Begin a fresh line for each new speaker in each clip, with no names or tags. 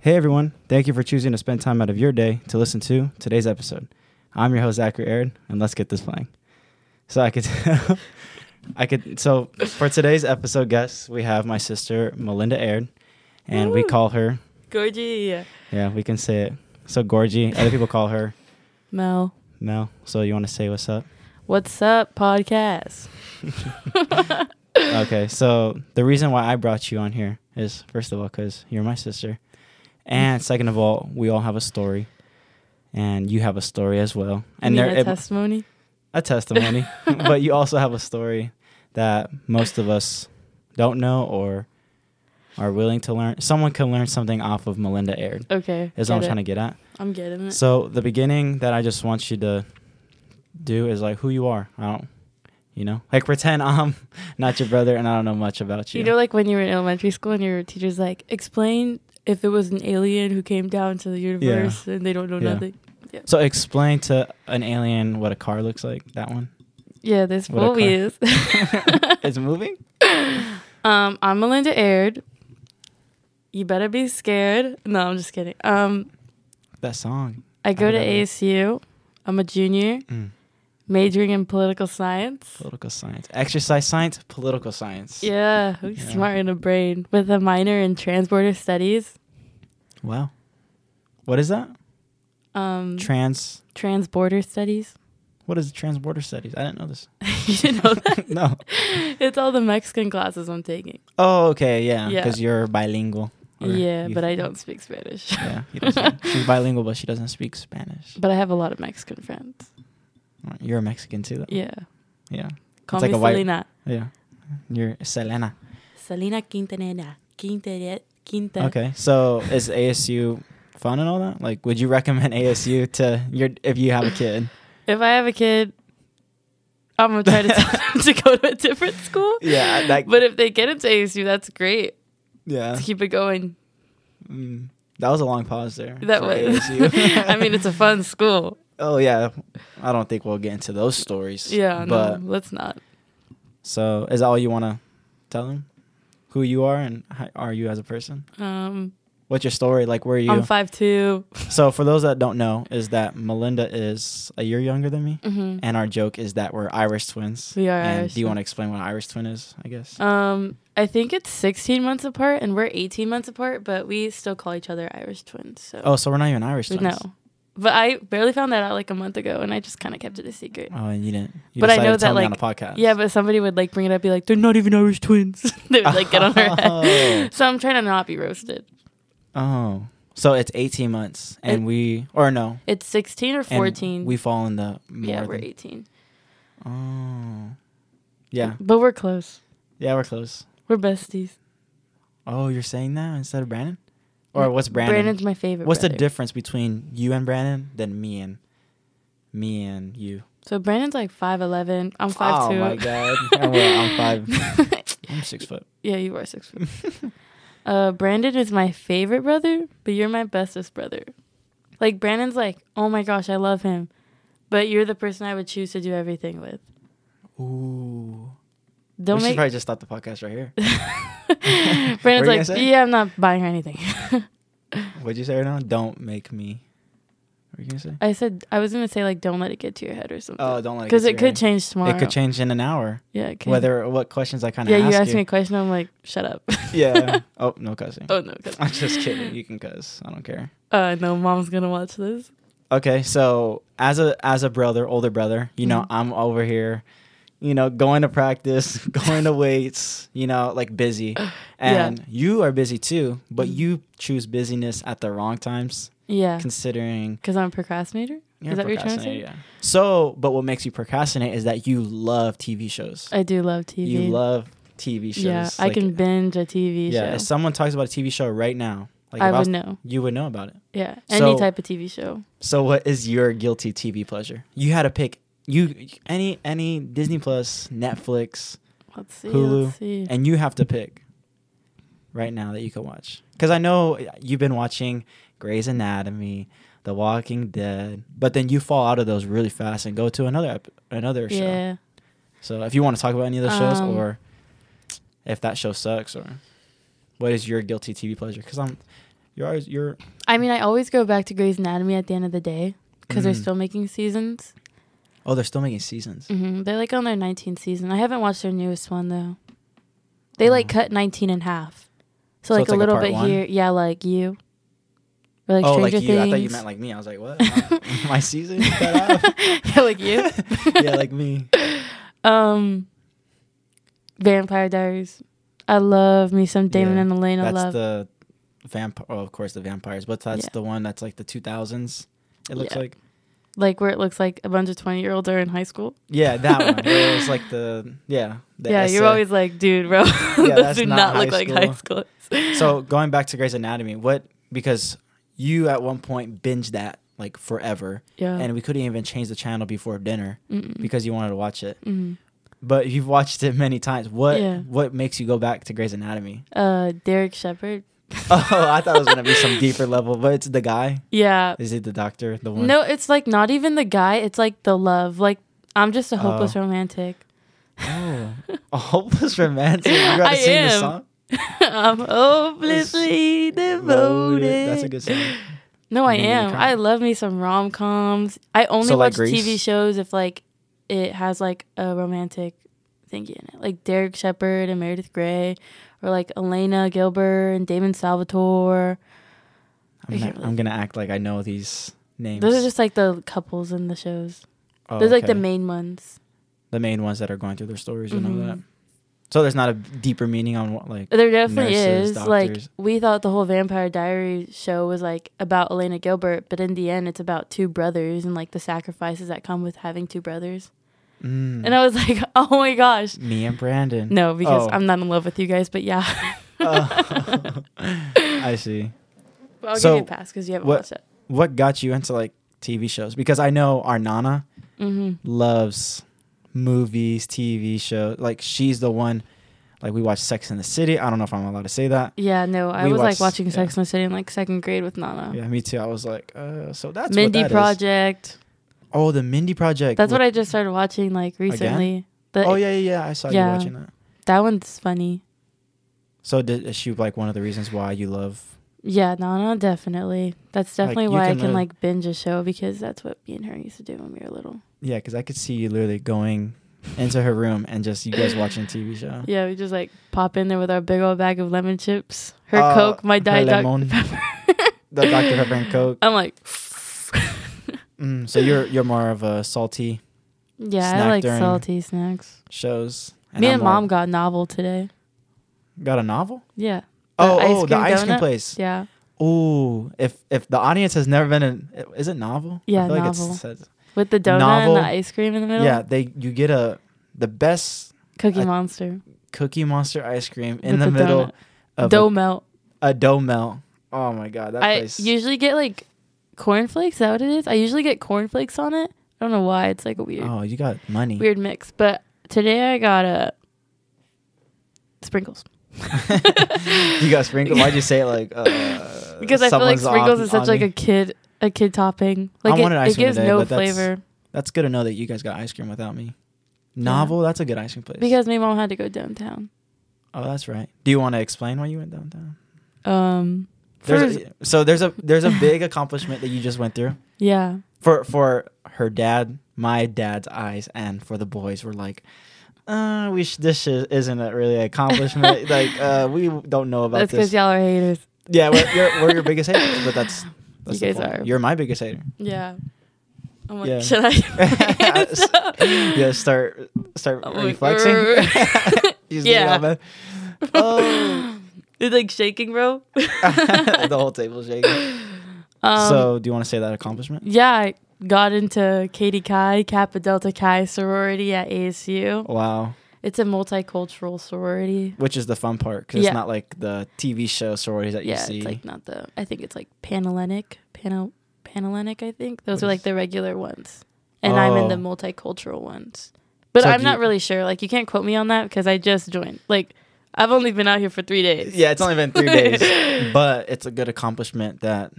Hey everyone, thank you for choosing to spend time out of your day to listen to today's episode. I'm your host Zachary Aaron, and let's get this playing. So I could, I could. So for today's episode, guests, we have my sister Melinda Aaron, and we
Woo.
call her.
Gorgie.
Yeah, we can say it. So Gorgie, other people call her
Mel.
Mel. So you want to say what's up?
What's up, podcast?
okay, so the reason why I brought you on here is first of all because you're my sister, and second of all, we all have a story, and you have a story as well, and
you mean
there
a
it-
testimony.
a testimony, but you also have a story that most of us don't know or are willing to learn. Someone can learn something off of Melinda Aird.
Okay.
Is what I'm
get
trying to
it.
get at.
I'm getting it.
So the beginning that I just want you to do is like who you are. I don't, you know, like pretend I'm not your brother and I don't know much about you.
you know, like when you were in elementary school and your teacher's like, explain if it was an alien who came down to the universe and they don't know
Yeah.
nothing.
So explain to an alien what a car looks like. That one.
Yeah, this
What a
fool
car.
is.
It's moving.
um, I'm Melinda Aird. You better be scared. No, I'm just kidding. Um,
That song.
I go to
forgot that.
ASU. I'm a junior,
Mm.
majoring in political science.
Political science. Exercise science. Political science.
Yeah, who's
Yeah.
smart in a brain with a minor in transborder studies.
Wow. What is that?
Mm-hmm. Um,
Trans.
transborder studies.
What is transborder studies? I didn't know this.
you didn't know that?
no.
It's all the Mexican classes I'm taking.
Oh, okay. Yeah.
Yeah.
Because you're bilingual. or
yeah,
you-
but I don't speak Spanish.
Yeah. you don't speak- She's bilingual, but she doesn't speak Spanish.
but I have a lot of Mexican friends.
You're a Mexican too. Though.
Yeah,
Yeah.
call
like
me
a white-
Selena.
Yeah. You're Selena.
Selena Quintanilla. Quintanilla. Quinta.
Okay. So is ASU fun and all that? Like, would you recommend ASU to your if you have a kid?
If I have a kid, I'm gonna try to tell them to go to a different school.
Yeah, that-
but if they get into ASU, that's great.
Yeah.
Let's keep it going.
Mm. That was a long pause there.
That
for
was.
ASU.
I mean, it's a fun school.
oh yeah. I don't think we'll get into those stories.
Yeah,
But
no, let's not.
So, is that all you want to tell them? Who you are and how are you as a person?
Um,
What's your story? Like, where are you?
I'm five two.
so, for those that don't know, is that Melinda is a year younger than me,
Mhm.
and our joke is that we're Irish twins.
We are
And
Irish
do you want to
twins.
explain what an Irish twin is? I guess.
Um, I think it's 16 months apart, and we're 18 months apart, but we still call each other Irish twins. So
oh, so we're not even Irish twins.
no, but I barely found that out like a month ago, and I just kind of kept it a secret.
Oh, and you didn't. You
But I
decided
know
to tell
that,
me on a podcast.
Yeah, but somebody would like bring it up, be like, "They're not even Irish twins." they would like get on her
Oh.
head. So I'm trying to not be roasted.
Oh, so it's eighteen months, and
It-
we or no,
It's 16 or
and
14.
we fall in the more
yeah, we're
than-
18,
Oh, yeah,
but we're close.
yeah, we're close.
We're besties.
Oh, you're saying that instead of Brandon? Or what's Brandon?
Brandon's my favorite.
what's the
brother.
difference between you and Brandon than me and me and you?
So Brandon's like five eleven. I'm five
oh
two.
my god. Oh, well, I'm five I'm six foot.
yeah, you are six foot. uh, Brandon is my favorite brother, but you're my bestest brother. Like Brandon's like, oh my gosh, I love him, but you're the person I would choose to do everything with.
Ooh.
Don't
we should
make
probably just stop the podcast right here. What were you
Brandon's
gonna
like,
say?
yeah, I'm not buying her anything.
What'd you say right now? Don't make me what were you gonna say?
I said I was gonna say like, don't let it get to your head or something.
Oh, don't let it
because
get to
it
your head.
could change tomorrow.
It could change in an hour.
Yeah, it could.
Whether what questions I kinda
yeah,
ask
you asked me a question. I'm like, shut up.
Yeah. oh, no cussing.
oh no, 'cause-
I'm just kidding. You can cuss. I don't care.
Uh, no, mom's gonna watch this.
Okay, so as a as a brother, older brother, you know,
Mhm.
I'm over here, you know, going to practice, going to weights, you know, like busy. And you are busy too, but
Mhm.
you choose busyness at the wrong times,
Yeah,
considering
because I'm a procrastinator.
you're
Is that what you're trying to
procrastinating.
say?
Yeah. So, but what makes you procrastinate is that you love TV shows.
I do love TV.
You love TV shows.
Yeah, I
Like, uh,
can binge a TV
Yeah,
show.
if someone talks about a TV show right now, like
I
if
would
was-
know.
you would know about it.
Yeah,
So-
any type of TV show.
So what is your guilty TV pleasure? You had to pick you any any Disney Plus, Netflix,
Let's see.
Hulu,
Let's see.
and you have to pick right now that you can watch. Cuz I know you've been watching Grey's Anatomy, The Walking Dead, but then you fall out of those really fast and go to another ep- another show.
yeah.
So if you want to talk about any of those shows
Um,
or if that show sucks or what is your guilty TV pleasure? Cuz I'm You're always you're
I mean, I always go back to Grey's Anatomy at the end of the day because they're
Mm.
still making seasons.
oh they're still making seasons.
hmm They're like on their 19th season. I haven't watched their newest one though. They like
Oh.
cut 19 in half.
So
So, like
it's
a
like a
little
part
bit
one?
here. Yeah, like you. Or like
oh, like
Stranger
you.
Things.
I thought you meant like me. I was like, what? My season cut off?
yeah, like you.
yeah, like me.
Um, Vampire Diaries. I love me some Damon
Yeah,
and Elaine. I
that's
love.
the vampire. Oh, of course, the vampires. But that's
Yeah.
the one that's like the 2000s. It looks
Yeah.
like.
like where it looks like a bunch of 20 year olds are in high school.
Yeah, that one. It was like the yeah. the
yeah, you're
essay.
always like, dude, bro, those
that's
do
not
not,
high
look like high school.
So going back to Grey's Anatomy, what because you at one point binged that like forever,
Yeah. Mm.
and we couldn't even change the channel before dinner
Mm-mm.
because you wanted to watch it.
Mm.
But you've watched it many times. What
Yeah.
what makes you go back to Grey's Anatomy?
Uh, Derek Shepard.
oh, I thought it was gonna be some deeper level, but it's the guy.
Yeah.
Is it the doctor? The one?
No, it's like not even the guy. It's like the love. Like I'm just a hopeless
Oh.
romantic.
Oh, a hopeless romantic. You gotta
I
sing the
am.
song.
I'm hopelessly devoted.
That's a good song.
No, I
You need to
am.
come.
I love me some rom coms. I only
So, like,
watch
Grease?
TV shows if like it has like a romantic thingy in it, like Derek Shepard and Meredith Grey, or like Elena Gilbert and Damon Salvatore.
I'm, not- I'm gonna act like I know these names.
Those are just like the couples in the shows.
Oh,
Those are like the
okay.
main ones.
the main ones that are going through their stories and all
Mhm.
that. So there's not a deeper meaning on what like
There definitely
Nurses,
is. Like
doctors.
we thought the whole Vampire Diary show was like about Elena Gilbert, but in the end, it's about two brothers and like the sacrifices that come with having two brothers.
mm,
And I was like, oh my gosh,
me and Brandon.
No, because
Oh.
I'm not in love with you guys, but yeah.
Oh. I see.
But I'll
So,
give you a pass because you haven't
what-
watched it.
What got you into like TV shows? Because I know our Nana
hmm
loves movies, TV shows. Like she's the one. Like we watched Sex in the City. I don't know if I'm allowed to say that.
Yeah, no, I
We
was
watched-
like watching Sex
yeah.
and the City in like second grade with Nana.
Yeah, me too. I was like, uh, so that's
Mindy
what that is.
Project.
Oh, the Mindy Project.
That's what
Wh-
I just started watching like recently. The,
Oh yeah, yeah, yeah. I saw you
Yeah.
watching that.
That one's funny.
So did, is she like one of the reasons why you love
Yeah, Nana, definitely. That's
Like,
definitely
you
why I
can uh,
can
live-
like binge a show because that's what me and her used to do when we were little.
Yeah, because I could see you literally going into her room and just you guys watching TV show.
Yeah, we just like pop in there with our big old bag of lemon chips, her
Uh,
Coke, my
her
Diet Dr.
lemon.
Pepper.
The Dr Pepper and Coke.
I'm like,
Mm, so you're you're more of a salty
yeah,
Snack
I like
during-
salty snacks.
shows.
Me
I'm
and
more-
mom got a novel today.
got a novel.
Yeah. The
Oh,
ice
oh, the
cream
ice cream
donut?
place.
Yeah.
Ooh, if if the audience has never been in, is it novel?
Yeah,
I feel
novel.
Like it's, said-
With the donut
Novel.
and the ice cream in the middle.
yeah, they you get a the best
Cookie
I-
Monster.
Cookie Monster ice cream in
with
the, middle
donut.
of
Dough melt.
a, a dough melt. Oh my god, that
I
place.
usually get like cornflakes. Is that what it is? I usually get cornflakes on it. I don't know why. It's like a weird,
oh, you got money.
weird mix. But today I got a sprinkles
You got sprinkles. Why'd you say it like? Uh,
because I feel like
someone's off
sprinkles is
on
such like
me?
a kid a kid topping. Like it,
wanted ice
it
cream
gives
today,
no
but that's-
flavor
That's good to know that you guys got ice cream without me. Novel, that's a good ice cream place.
because my mom had to go downtown.
oh, that's right. Do you want to explain why you went downtown?
Um,
There's
first-
a, so there's a there's a big accomplishment that you just went through
yeah.
for for her dad, my dad's eyes, and for the boys were like, uh, we sh- this sh- isn't a really accomplishment. like uh, we don't know about
That's
this.
because y'all are haters.
yeah, we're, you're, we're your biggest haters, but that's, that's
You
the
guys
point.
are.
You're my biggest hater.
Yeah. I'm like,
Yeah.
should I?
yeah, start start
I'm like,
reflexing.
"Rrr."
Just get it
Yeah.
all back. Oh.
it's like shaking, bro.
the whole table shaking.
Um,
so, do you want to say that accomplishment?
yeah, I got into Katie Chi, Kappa Delta Chi sorority at ASU.
Wow,
It's a multicultural sorority.
which is the fun part because
Yeah.
it's not like the TV show sororities that you
Yeah,
see.
it's like not the. I think it's like Panhellenic, Pan Panhellenic. I think those
What
are
is-
like the regular ones, and I'm in the
Oh.
multicultural ones. But
So
I'm
do
not
you-
really sure. Like you can't quote me on that because I just joined. Like I've only been out here for three days.
yeah, it's only been three days, but it's a good accomplishment that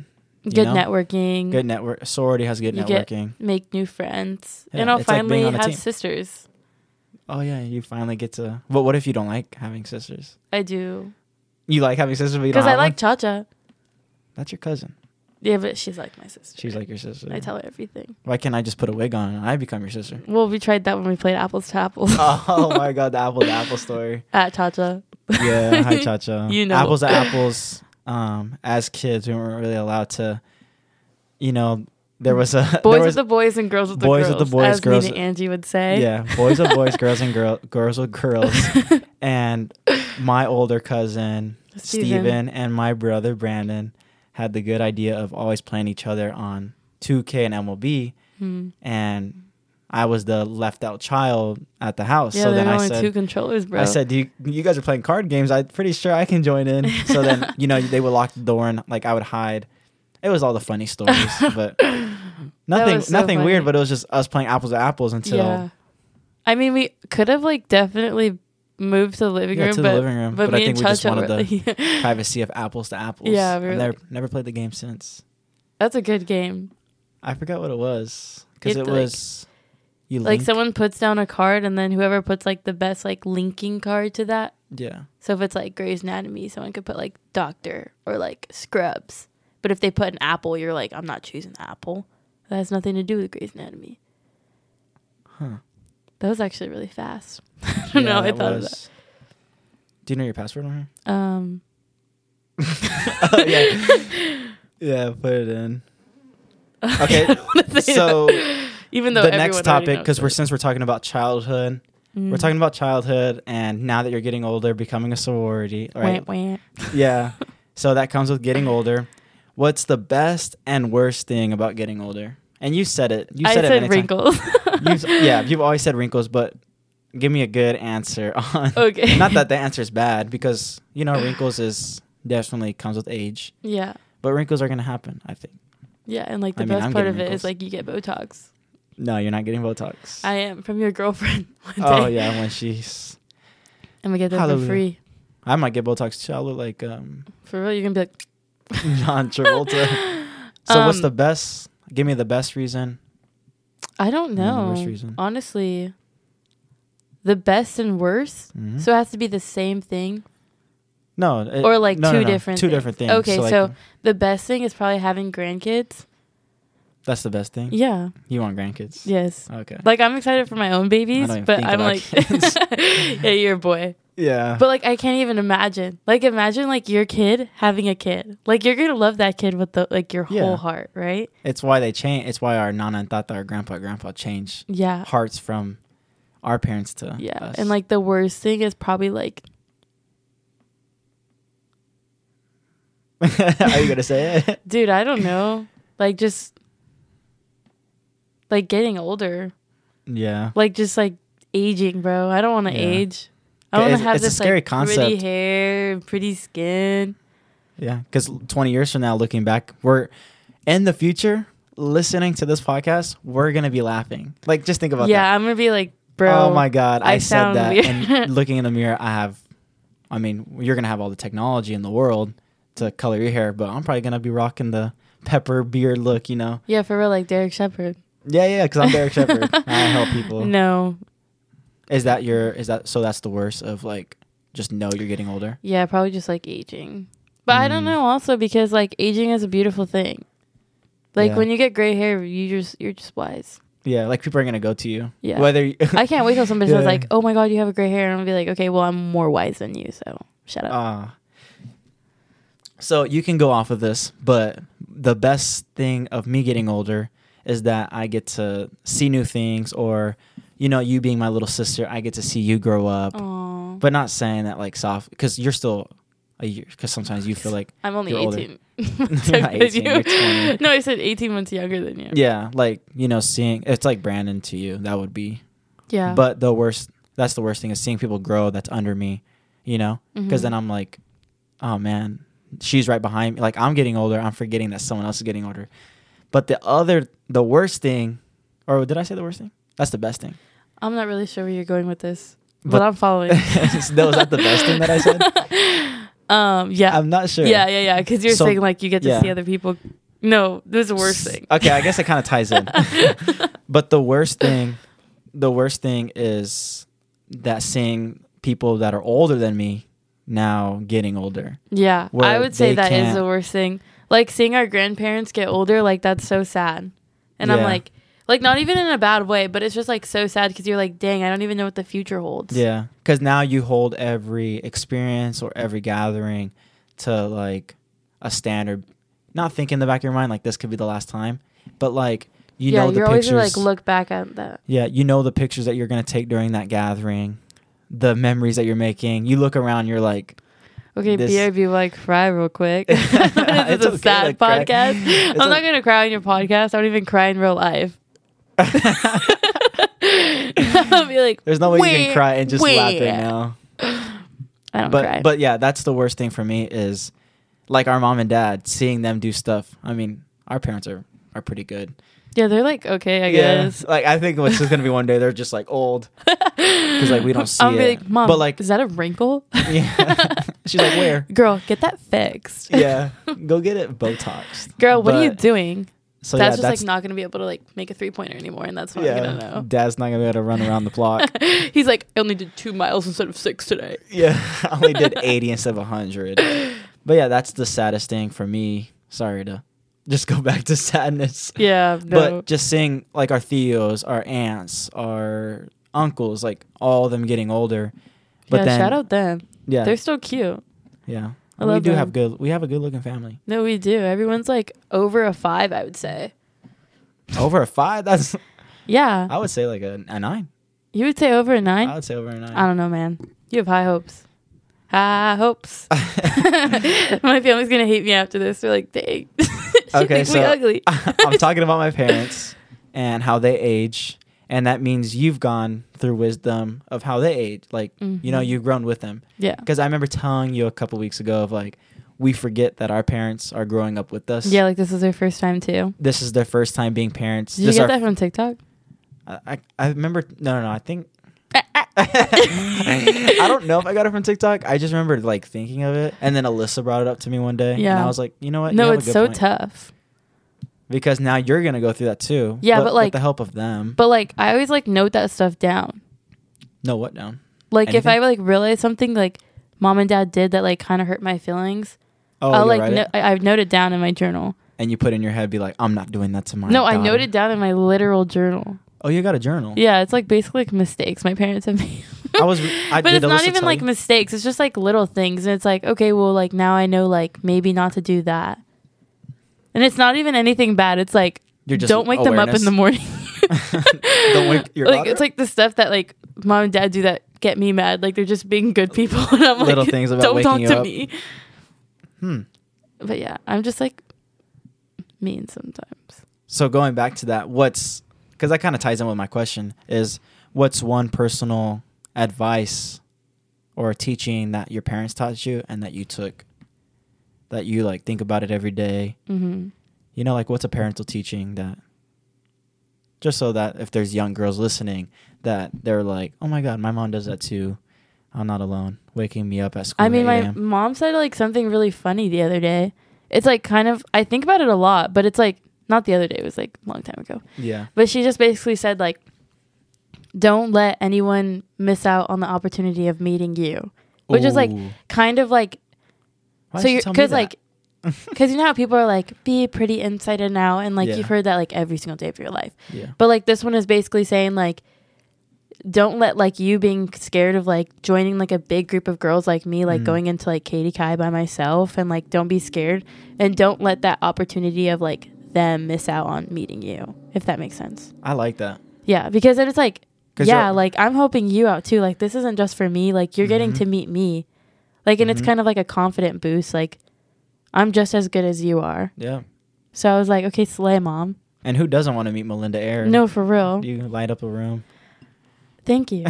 you
good
know?
networking.
good network sorority has good
You get-
networking.
make new friends,
Yeah,
and I'll
it's like being
finally
on a
have
team.
sisters.
Oh yeah, you finally get to. But what if you don't like having sisters?
I do
You like having sisters, but you don't
because I
have one?
like Cha Cha.
That's your cousin.
Yeah, but she's like my sister.
She's like your sister.
I tell her everything.
Why can't I just put a wig on and I become your sister?
Well, we tried that when we played apples to apples.
oh my god, the apple to apple story.
At Chacha.
Yeah, hi Cha Cha.
You know.
apples to apples. Um, as kids, we weren't really allowed to. You know, there was a
Boys
there was,
with the boys and girls with the
boys
girls.
with the boys,
as
girls-
Nina Angie would say.
yeah, boys with boys, girls and girl, Hmm. girls with girls, and my older cousin
Steven.
Steven and my brother Brandon had the good idea of always playing each other on 2K and MLB,
Hmm.
and I was the left out child at the house.
Yeah,
so
there
then
are
I
only
said,
two controllers, bro.
I said, "Do you, you guys are playing card games? I'm pretty sure I can join in." So then, you know, they would lock the door and like I would hide. It was all the funny stories, but nothing,
was so
nothing weird.
funny.
But it was just us playing apples to apples until
yeah. I mean, we could have like definitely moved to the living
Yeah,
room,
to the
but,
living room,
but,
but I
me and
think we just
Chacha
wanted
were
the
like-
privacy of apples to apples.
Yeah,
I've
we were
never,
like-
never played the game since.
That's a good game.
I forgot what it was because
You'd,
it
like-
was you
Like
link-
someone puts down a card, and then whoever puts like the best like linking card to that.
yeah.
So if it's like Grey's Anatomy, someone could put like Doctor or like Scrubs. But if they put an apple, you're like, I'm not choosing apple. That has nothing to do with Grey's Anatomy.
Huh.
That was actually really fast. I don't know.
Yeah,
I
it
thought of
was. Do you know your password on here?
that. Um,
oh, yeah. yeah, put it in. Okay. so
even though
the next
everyone already
topic,
knows
because we're
it.
since we're talking about childhood, we're
Mm.
talking about childhood, and now that you're getting older, becoming a sorority, right?
Wah, wah.
yeah. So that comes with getting older. What's the best and worst thing about getting older? And you said it. You
I
said, it
said
many times.
wrinkles.
You've, yeah, you've always said wrinkles, but give me a good answer on.
Okay.
Not that the answer is bad, because you know wrinkles is definitely comes with age,
yeah.
but wrinkles are gonna happen. I think.
Yeah, and like the
I mean,
best
I'm
part
getting
of it
wrinkles.
is like you get Botox.
No, you're not getting Botox.
I am from your girlfriend. One day.
oh yeah, when she's.
I'm gonna get that for
Hallelujah.
free.
I might get Botox too. I look like um,
For real, you're gonna be like,
John Travolta. So what's
Um,
the best? Give me the best reason.
I don't
Yeah, the
know.
worst reason.
Honestly, the best and worst.
Mhm.
So it has to be the same thing.
No, it-
or, like,
no,
two
no, no.
different
two
things.
different things.
Okay,
like,
so- The best thing is probably having grandkids.
that's the best thing.
Yeah.
You want grandkids?
Yes.
Okay.
Like I'm excited for my own babies,
even
but
think
I'm
about
like,
kids.
yeah, you're a boy.
yeah.
But like I can't even imagine. Like imagine like your kid having a kid. Like you're gonna love that kid with the like your
Yeah.
whole heart, right?
it's why they change. It's why our nana and tata, our grandpa, and grandpa change
Yeah.
hearts from our parents to
Yeah.
us.
And like the worst thing is probably like
are you gonna say it?
dude, I don't know. Like just like getting older.
Yeah.
Like just like aging, bro. I don't wanna
Yeah.
age. I
Okay,
wanna
it's-
have
it's a
this
scary
like pretty
concept.
hair, and pretty skin.
Yeah. Because 20 years from now, looking back, we're in the future listening to this podcast. We're gonna be laughing. Like, just think about
yeah,
that.
I'm gonna be like, bro.
oh my god, I,
I
said
sound
that.
weird.
And looking in the mirror, I have. I mean, you're gonna have all the technology in the world to color your hair, but I'm probably gonna be rocking the pepper beard look. You know.
Yeah, for real, like Derek Shepard.
Yeah, yeah. Because I'm Derek Shepherd. I help people.
No.
Is that your is that so that's the worst of like just know you're getting older?
Yeah, probably just like aging. But I don't
Mm.
know also because like aging is a beautiful thing. Like
Yeah.
when you get gray hair, you just you're just wise.
Yeah, like people are gonna go to you.
Yeah.
Whether you,
I can't wait till somebody says
Yeah.
like, "Oh my god, you have a gray hair," and I'll be like, "Okay, well I'm more wise than you, so shut up."
Ah. so you can go off of this, but the best thing of me getting older is that I get to see new things or you know, you being my little sister, I get to see you grow up.
Aw.
But not saying that like soft cuz you're still a year cuz sometimes you feel like
I'm only
you're older.
18. months younger than
18, you're 20.
No, I said 18 months younger than you.
yeah, like you know, seeing it's like Brandon to you. That would be
Yeah.
But the worst, that's the worst thing is seeing people grow that's under me, you know? Because
Mhm.
then I'm like, oh man, she's right behind me. Like I'm getting older. I'm forgetting that someone else is getting older. But the other, the worst thing, or did I say the worst thing? That's the best thing.
I'm not really sure where you're going with this, but,
But-
I'm following.
no, is that the best thing that I said?
Um, yeah.
I'm not sure.
Yeah, yeah, yeah. Because you're
So-
saying like you get to
yeah.
see other people. No, this is the worst thing.
Okay, I guess it kind of ties in. but the worst thing, the worst thing is that seeing people that are older than me now getting older.
Yeah,
where
I would say
they
that is
can't-
the worst thing. like seeing our grandparents get older, like that's so sad. And I'm
Yeah.
like, like not even in a bad way, but it's just like so sad because you're like, dang, I don't even know what the future holds.
Yeah, because now you hold every experience or every gathering to like a standard. Not think in the back of your mind like this could be the last time, but like you
yeah,
know the
you're always
pictures.
gonna, like look back at that.
yeah, you know the pictures that you're gonna take during that gathering, the memories that you're making. You look around, you're like,
Okay,
This-
BRB, like cry real quick. this
It's
is
okay
a sad
to cry.
podcast.
It's
I'm not
o-
gonna cry on your podcast. I don't even cry in real life. I'll be like,
there's no way you
"Wah,
can cry and just laugh right
wah."
now.
I don't
but
cry.
but yeah, that's the worst thing for me is like our mom and dad seeing them do stuff. I mean, our parents are are pretty good.
yeah, they're like okay, I
Yeah,
guess.
Like I think it's just gonna be one day they're just like old.
Because
like, we don't see
I'm
it.
like, mom,
But, like-
is that a wrinkle?
Yeah. She's like, "Where?"
Girl, get that fixed.
Yeah, go get it Botox.
Girl, what are you
But-
doing?
So
that's
yeah,
just like not gonna be able to like make a three pointer anymore, and that's what I'm gonna know.
Dad's not gonna be able to run around the block.
He's like, I only did two miles instead of six today.
yeah, I only did eighty instead of hundred. But yeah, that's the saddest thing for me. Sorry to just go back to sadness.
Yeah, no.
But just seeing like our Theos, our aunts, our uncles, like all of them getting older. But
yeah,
then
shout out them.
yeah,
They're so cute.
yeah.
I
we
love
do have
them.
good. We have a good looking family.
No, we do. Everyone's like over a five, I would say.
Over a five? That's
Yeah,
I would say like a, a nine.
you would say over a
I,
nine.
would say over a nine.
I don't know, man. You have high hopes. High hopes. My family's gonna hate me after this. They're like, dang, she
Okay,
thinks we
so-
ugly.
I'm talking about my parents and how they age, and that means you've gone through wisdom of how they age. Like you know,
Mhm.
you've grown with them.
Yeah.
Because I remember telling you a couple weeks ago of like we forget that our parents are growing up with us.
Yeah, like this is their first time too.
This is their first time being parents.
Did you
this
get
our-
that from TikTok?
I, I I remember. No, no, no. I think. I don't know if I got it from TikTok. I just remember like thinking of it, and then Alyssa brought it up to me one day, and
Yeah.
I was like, you know what? You
No,
have a
it's
good
so
point.
tough.
because now you're gonna go through that too.
Yeah, but,
with
like-
the help of them.
But like, I always like note that stuff down.
no, what down?
Like, if I
Anything?
like realize something like mom and dad did that like kind of hurt my feelings,
Oh,
I'll
you
like
write
no-
it,
I- I've noted down in my journal.
and you put in your head, be like, I'm not doing that to Oh my.
no, I
daughter."
noted down in my literal journal.
Oh, you got a journal.
Yeah, it's like basically like mistakes my parents have made.
I was. re- I
but
did
it's
Alyssa
not even
tell
like
you?
mistakes. It's just like little things, and it's like okay, well, like now I know like maybe not to do that. And it's not even anything bad. It's like
You're just
don't wake them up in
awareness.
the morning.
Don't wake your
like
daughter
it's like the stuff that like mom and dad do that get me mad. Like they're just being good people, and I'm
Little
like,
things about
don't
waking
talk
you
to
up."
me.
Hmm.
But yeah, I'm just like mean sometimes.
So going back to that, what's because that kind of ties in with my question is what's one personal advice or teaching that your parents taught you and that you took that you like think about it every day.
hmm
You know, like what's a parental teaching that just so that if there's young girls listening that they're like, oh my god, my mom does that too. I'm not alone. Waking me up at school.
I mean,
at 8
my
a.m.
mom said like something really funny the other day. It's like kind of I think about it a lot, but it's like not the other day. It was like a long time ago.
yeah,
But she just basically said like, don't let anyone miss out on the opportunity of meeting you, which is like
Ooh.
kind of like
Why
so
did she
you're
tell me
because
that?
like because you know how people are like be pretty inside and out and like
Yeah.
you've heard that like every single day of your life.
yeah,
But like this one is basically saying like don't let like you being scared of like joining like a big group of girls like me like
Mm.
going into like Katie Kai by myself and like don't be scared and don't let that opportunity of like them miss out on meeting you if that makes sense.
I like that.
Yeah, because then it's like
'Cause
yeah,
you're-
like I'm helping you out too. Like this isn't just for me. Like you're getting
Mhm.
to meet me. Like and it's
Mhm.
kind of like a confident boost like I'm just as good as you are.
Yeah,
So I was like, okay, slay mom.
and who doesn't want to meet Melinda Eyre?
No, for real.
You light up a room.
Thank you.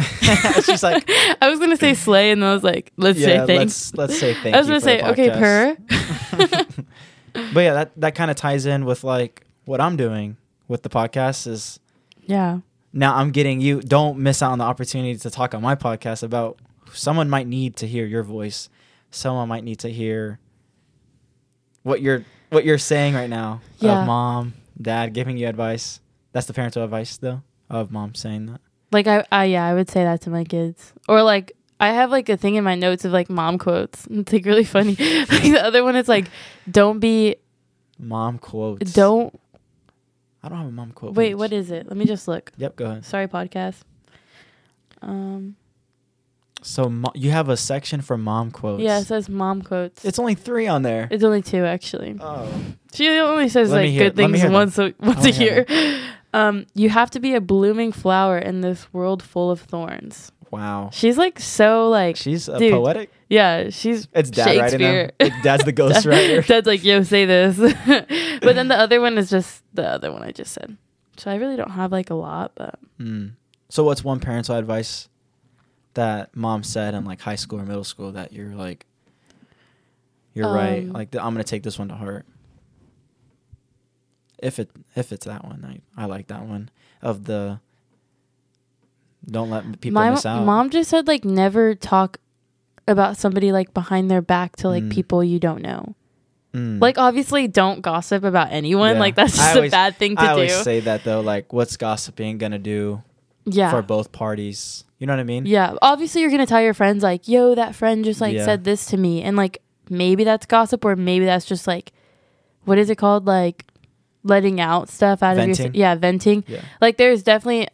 She's like,
I was gonna say slay, and then I was like, let's
yeah,
say thanks.
let's let's say thank
I was
you
gonna
for the
say, okay,
podcast."
purr.
but yeah, that that kind of ties in with like what I'm doing with the podcast is
yeah,
now I'm getting you. Don't miss out on the opportunity to talk on my podcast about someone might need to hear your voice. Someone might need to hear what you're what you're saying right now.
Yeah.
Of mom, dad giving you advice. That's the parental advice though of mom saying that.
like I, I, yeah, I would say that to my kids, or like I have like a thing in my notes of like mom quotes. It's like really funny. like the other one is like, don't be
Mom quotes.
Don't
I don't have a mom quote.
wait. What is it? Let me just look.
Yep, go ahead.
Sorry, podcast. Um,
So mo- you have a section for mom quotes.
yeah, it says mom quotes.
It's only three on there.
It's only two actually.
oh.
She only says
Let me
like
hear-
good
let me
things
hear them.
once a, once a
wanna hear
year. Um, you have to be a blooming flower in this world full of thorns.
Wow.
She's like so like
She's a
dude.
poetic.
yeah. She's
It's dad writing them.
Shakespeare.
It- Dad's the ghostwriter.
Dad's like yo say this, but then the other one is just the other one I just said. So I really don't have like a lot, but
Hmm. So what's one parental advice that mom said in like high school or middle school that you're like, you're right.
Um,
Like th- I'm gonna take this one to heart. If it if it's that one, I I like that one of the. Don't let m- people
my
miss out.
mom just said like never talk about somebody like behind their back to like
Mm.
people you don't know.
Mm.
Like obviously don't gossip about anyone.
Yeah.
Like that's
I
just
always-
a bad thing to
I
do.
always say that though. Like, what's gossiping gonna do
yeah.
for both parties? You know what I mean?
Yeah. Obviously you're going to tell your friends like, "Yo, that friend just like
Yeah.
said this to me." And like maybe that's gossip or maybe that's just like what is it called like letting out stuff out of
Venting.
your Yeah, venting.
Yeah.
Like there's definitely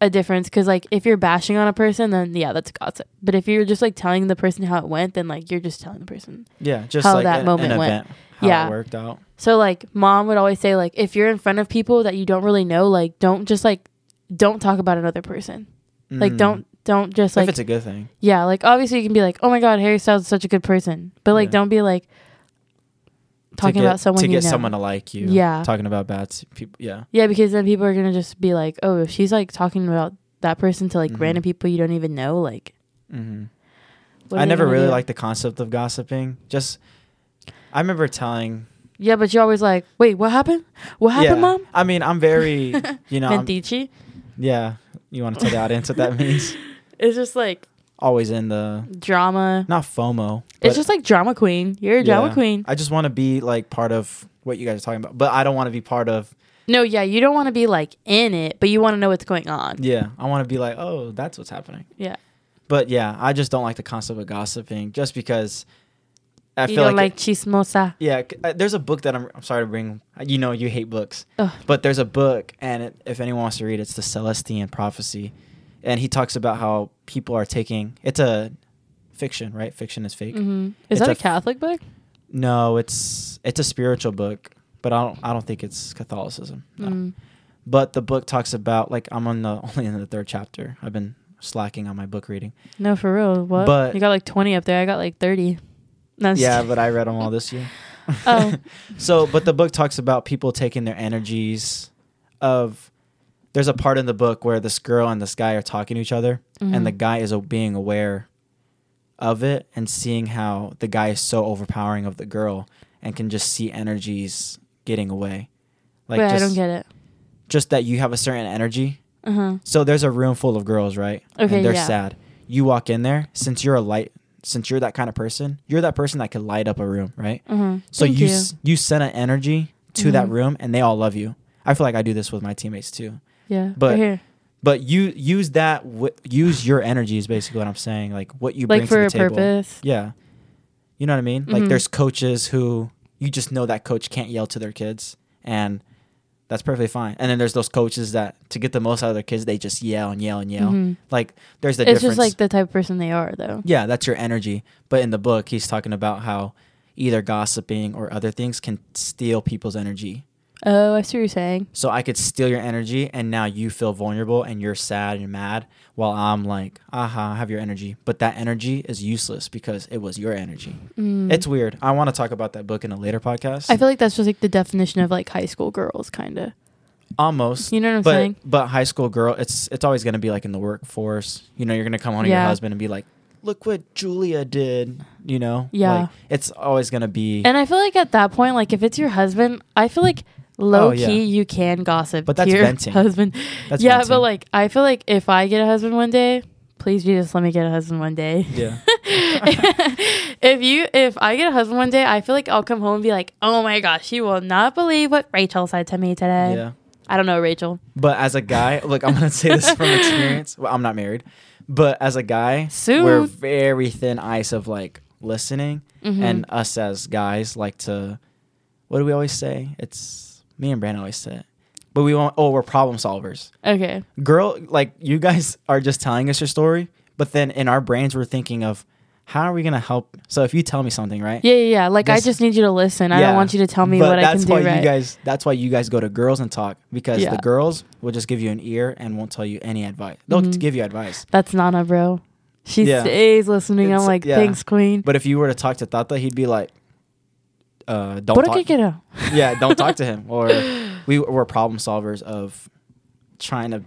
a difference cuz like if you're bashing on a person then yeah, that's gossip. But if you're just like telling the person how it went, then like you're just telling the person.
Yeah. Just
How
like
that
an-
moment
an
went.
event, how it
Yeah.
worked out.
So like mom would always say like if you're in front of people that you don't really know, like don't just like don't talk about another person. Like
Mm.
don't don't just like
if it's a good thing.
yeah, like obviously you can be like, "Oh my god, Harry Styles is such a good person." But like
Yeah.
don't be like talking
to get,
about someone
to
you
get
know.
someone to like you.
Yeah.
Talking about bad s- people. Yeah.
yeah, because then people are going to just be like, "Oh, if she's like talking about that person to like
Mhm.
random people you don't even know, like
hmm
what are
I
they
never
gonna
really
do?"
liked the concept of gossiping. Just, I remember telling.
Yeah, but you're always like, "Wait, what happened? What happened,
yeah.
mom?"
I mean, I'm very, you know, I'm-
Mentici.
yeah. You want to tell the audience what that means?
It's just like
Always in the
drama.
not FOMO.
it's
but-
just like drama queen. You're a drama
yeah.
queen.
I just want to be like part of what you guys are talking about, but I don't want to be part of.
No, yeah, you don't want to be like in it, but you want to know what's going on.
Yeah, I want to be like, oh, that's what's happening.
Yeah.
But yeah, I just don't like the concept of gossiping, just because I
you
feel
don't like,
it-
chismosa.
Yeah, c- uh, there's a book that I'm. I'm sorry to bring. You know, you hate books,
Ugh.
but there's a book, and it, if anyone wants to read, it, it's the Celestine Prophecy, and he talks about how people are taking. It's a fiction, right? Fiction is fake.
hmm
It's
Is that
a
a,
f-
Catholic book?
No, it's it's a spiritual book, but I don't I don't think it's Catholicism. No.
Mm.
But the book talks about like I'm on the only in the third chapter. I've been slacking on my book reading.
No, for real. What?
But-
you got like 20 up there. I got like 30. No, I'm just
yeah,
kidding.
but I read them all this year.
Oh.
so, but the book talks about people taking their energies of. There's a part in the book where this girl and this guy are talking to each other,
Mhm.
and the guy is uh, being aware of it and seeing how the guy is so overpowering of the girl and can just see energies getting away. Like
Wait, I
just,
don't get it.
just that you have a certain energy.
Uh huh.
So there's a room full of girls, right?
Okay,
And they're
yeah.
sad. You walk in there, since you're a light, since you're that kind of person, you're that person that could light up a room, right?
Uh huh.
So
Thank
you
you.
s- you send an energy to that
Mhm.
room, and they all love you. I feel like I do this with my teammates too.
yeah.
but
right here.
But you use that, w- use your energy is basically what I'm saying. Like what you bring
Like for
to
a
the table.
purpose.
Yeah, you know what I mean. Like
Mhm.
there's coaches who you just know that coach can't yell to their kids, and that's perfectly fine. And then there's those coaches that to get the most out of their kids, they just yell and yell and yell.
Mhm.
Like there's the
it's
difference.
just like the type of person they are, though.
Yeah, that's your energy. But in the book, he's talking about how either gossiping or other things can steal people's energy.
Oh, I see what you're saying.
So I could steal your energy, and now you feel vulnerable and you're sad and mad, while I'm like, aha, I have your energy. But that energy is useless because it was your energy.
Mm.
It's weird. I want to talk about that book in a later podcast.
I feel like that's just like the definition of like high school girls, kind of.
Almost.
You know what I'm
but,
saying?
But high school girl, it's it's always gonna be like in the workforce. You know, you're gonna come home to your
Yeah.
husband and be like, "Look what Julia did." You know,
Yeah.
Like, it's always gonna be.
And I feel like at that point, like if it's your husband, I feel like low
Oh, yeah.
key you can gossip.
But that's
to your
venting.
Husband.
That's
yeah,
venting.
but like I feel like if I get a husband one day, please Jesus, let me get a husband one day.
yeah,
if you if I get a husband one day, I feel like I'll come home and be like, oh my gosh, you will not believe what Rachel said to me today.
yeah.
I don't know Rachel.
But as a guy, look, I'm gonna say this from experience. Well, I'm not married, but as a guy, we're
Soon.
very thin ice of like listening,
Mhm.
and us as guys like to what do we always say? It's me and Brandon always say it. But we won't oh, we're problem solvers.
Okay.
Girl, like you guys are just telling us your story, but then in our brains we're thinking of how are we gonna help? So if you tell me something, right?
Yeah, yeah, yeah. Like I
This-
just need you to listen. I
Yeah.
don't want you to tell me
But
what I
that's
can do
why
right.
you guys that's why you guys go to girls and talk because
Yeah.
the girls will just give you an ear and won't tell you any advice. They'll
Mhm.
give you advice.
that's Nana, bro. She
Yeah.
stays listening. I'm
It's-
like,
yeah.
thanks, queen.
But if you were to talk to Tata, he'd be like, uh, don't
What
talk.
get out?
yeah, don't talk to him. Or we were problem solvers of trying to.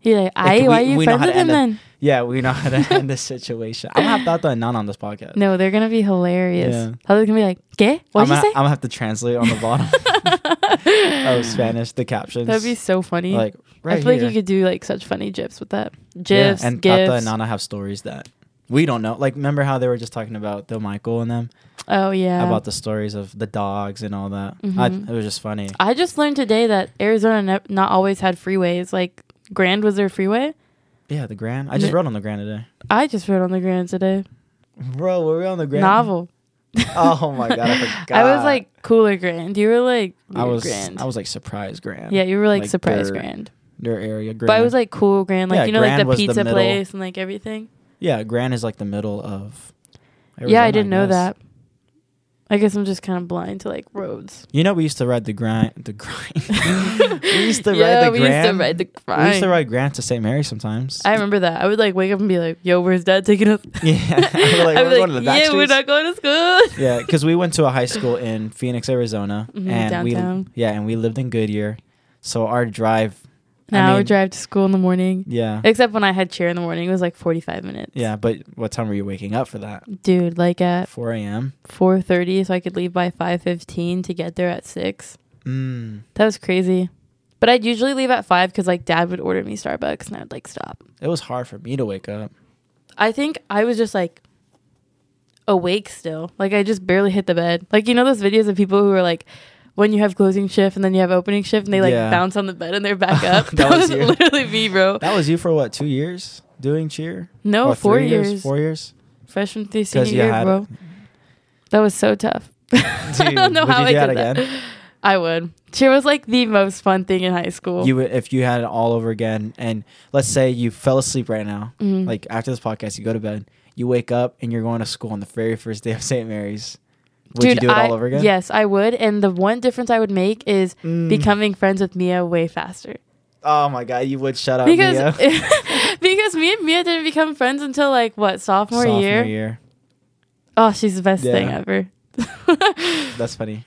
He's like, I,
we-
why are you
we know
friends
how to
with him
end
then?
Yeah, we know how to end this situation. I'm gonna have Tata and Nan on this podcast.
No, they're gonna be hilarious.
Yeah.
They're gonna be like, "Qué? What'd
I'm
you
gonna,
say?"
I'm gonna have to translate on the bottom of Spanish the captions.
That'd be so funny.
like right
I feel
here.
like you could do like such funny gifs with that.
Yeah,
Gifs,
and Tata
gifs.
and Nana have stories that we don't know. Like remember how they were just talking about the Michael and them
oh yeah.
about the stories of the dogs and all that. I,
Mhm.
it was just funny.
I just learned today that Arizona ne- not always had freeways. Like Grand was their freeway.
Yeah, the Grand. I just
N-
wrote on the Grand today.
I just rode on the Grand today.
Bro, were we on the Grand?
Novel.
Oh my god, I forgot.
I was like cooler Grand. You were like
I was,
Grand.
I was like surprise Grand.
yeah, you were like,
like,
surprise
they're-
Grand.
their area. Grand.
But I was like cool Grand, like
Yeah,
you know,
Grand
like
was
the
the
pizza
middle.
place and like everything.
yeah, Grand is like the middle of.
yeah, I
Arizona,
didn't know
guess.
that. I guess I'm just kind of blind to like roads.
You know, we used to ride the Grand. The Grand. we used to
Yeah,
ride the
we
Grand.
used to ride the grind.
We used to ride Grand to St. Mary's sometimes.
I remember that. I would like wake up and be like, "Yo, where's dad taking us?"
Yeah, I was like,
I'd be
"We're going to the back
yeah, we're
streets."
not going to school.
yeah, because we went to a high school in Phoenix, Arizona,
Mhm,
and
downtown.
we yeah, and we lived in Goodyear, so our drive.
An hour
mean-
drive to school in the morning.
Yeah,
Except when I had cheer in the morning, it was like 45 minutes.
yeah, but what time were you waking up for that?
dude, like at
4 a.m.
4:30, so I could leave by 5:15 to get there at six.
Mm,
That was crazy. But I'd usually leave at five because like dad would order me Starbucks and I'd like stop.
it was hard for me to wake up.
I think I was just like awake still. Like I just barely hit the bed. Like you know those videos of people who are like when you have closing shift and then you have opening shift and they like
Yeah.
bounce on the bed and they're back up.
That
that,
was
was,
you.
literally me, bro.
That was you for what? Two years doing cheer?
Oh. No,
Or
four
three
years.
Four years.
Freshman through
'Cause
senior
you
year,
had-
bro. That was so tough. I
Dude,
don't know
would
how
you
I
do
did
that
that. I would. Cheer was like the most fun thing in high school.
You would if you had it all over again, and let's say you fell asleep right now,
Mhm.
like after this podcast, you go to bed, you wake up, and you're going to school on the very first day of St. Mary's. Would you do it
I-
all over again?
Yes, I would. And the one difference I would make is
Mm.
becoming friends with Mia way faster.
Oh my god, you would shut up
because
Mia.
because me and Mia didn't become friends until like what sophomore,
Sophomore
year?
year.
Oh, she's the best thing
Yeah.
ever.
That's funny.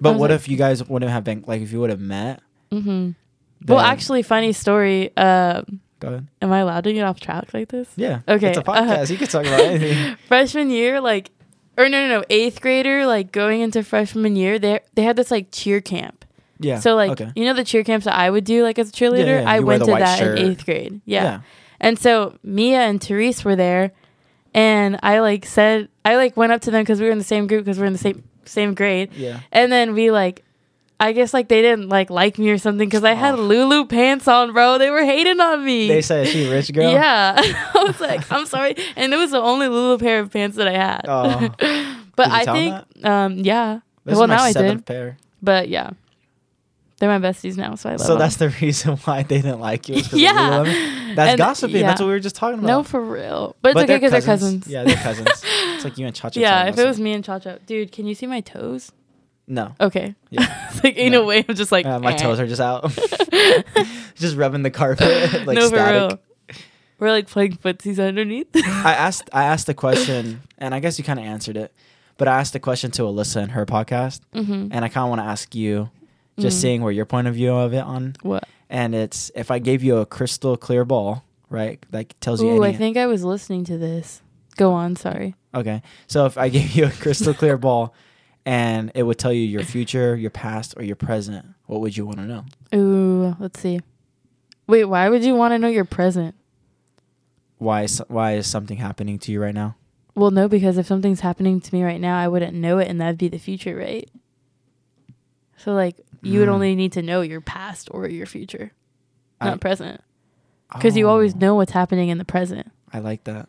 But
was
what
like-
if you guys wouldn't have been like if you would have met?
hmm Well,
then-
actually, funny story. Um,
go ahead.
am I allowed to get off track like this?
Yeah.
Okay,
It's a
uh-huh.
podcast. You can talk about anything.
freshman year, like, or no, no, no, eighth grader, like going into freshman year, they they had this like cheer camp.
Yeah.
So like
okay.
you know the cheer camps that I would do like as a cheerleader,
yeah,
I
you wear
went
the
to
white
that
shirt.
in eighth grade. yeah. And so Mia and Therese were there, and I like said I like went up to them because we were in the same group because we're in the same same grade,
Yeah.
and then we like. I guess like they didn't like like me or something because I had
Aw.
Lulu pants on, bro. They were hating on me.
They said she a rich girl.
Yeah, I was like, I'm sorry, and it was the only Lulu pair of pants that I had.
Oh.
but
Did you
I
tell
think, um, yeah.
This
well,
is my
now I
seventh
did,
pair.
but yeah, they're my besties now, so I love
So
them.
that's the reason why they didn't like you. is 'cause of
Yeah.
Lululemon? That's
And-
gossiping.
yeah.
That's what we were just talking about.
no for real, but it's okay because they're cousins.
Yeah, they're cousins. it's like you and Chacha.
Yeah,
talking
if
about
it was
something.
me and Cha Cha, dude, can you see my toes?
no,
Okay.
Yeah.
It's like in
No.
a way, I'm just like
Uh, my
eh.
toes are just out, just rubbing the carpet like
no, for
static.
real. We're like playing footsies underneath.
I asked I asked the question, and I guess you kind of answered it, but I asked the question to Alyssa in her podcast,
hmm
and I kind of want to ask you, just
Mhm.
seeing where your point of view of it on,
What?
and it's if I gave you a crystal clear ball, right? Like tells you.
Ooh, I
any,
think I was listening to this. Go on. Sorry.
Okay, so if I gave you a crystal clear ball, and it would tell you your future, your past, or your present, what would you want to know?
Ooh, let's see. Wait, why would you want to know your present?
Why is why is something happening to you right now?
Well, no, because if something's happening to me right now, I wouldn't know it, and that'd be the future, right? So, like, you would
Mm.
only need to know your past or your future,
I-
not present, because you
Oh,
always know what's happening in the present.
I like that.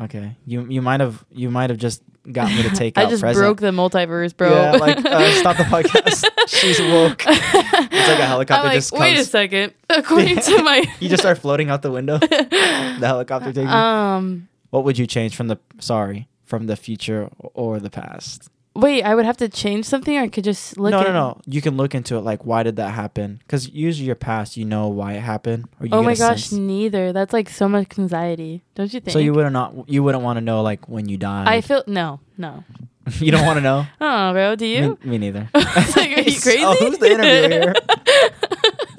Okay. You you might have you might have just got me to take
I
out
just
present.
broke the multiverse, bro.
Yeah, like, uh, stop the podcast. She's woke. It's like a helicopter
I'm like,
just
wait a
comes-
second. According
Yeah.
to my,
you just start floating out the window. the helicopter takes you.
um,
what would you change from the sorry from the future or the past?
wait, I would have to change something, or I could just look.
no,
at
no, no. You can look into it. Like, why did that happen? Because usually your past, you know why it happened. Or you
Oh
get
my
a
gosh,
sense.
neither. That's like so much anxiety, don't you think?
So you wouldn't not you wouldn't want to know like when you die.
I feel no, no.
you don't want to know.
Oh, bro, do you?
Me, me neither.
It's like, are you
So
crazy?
who's the interviewer here?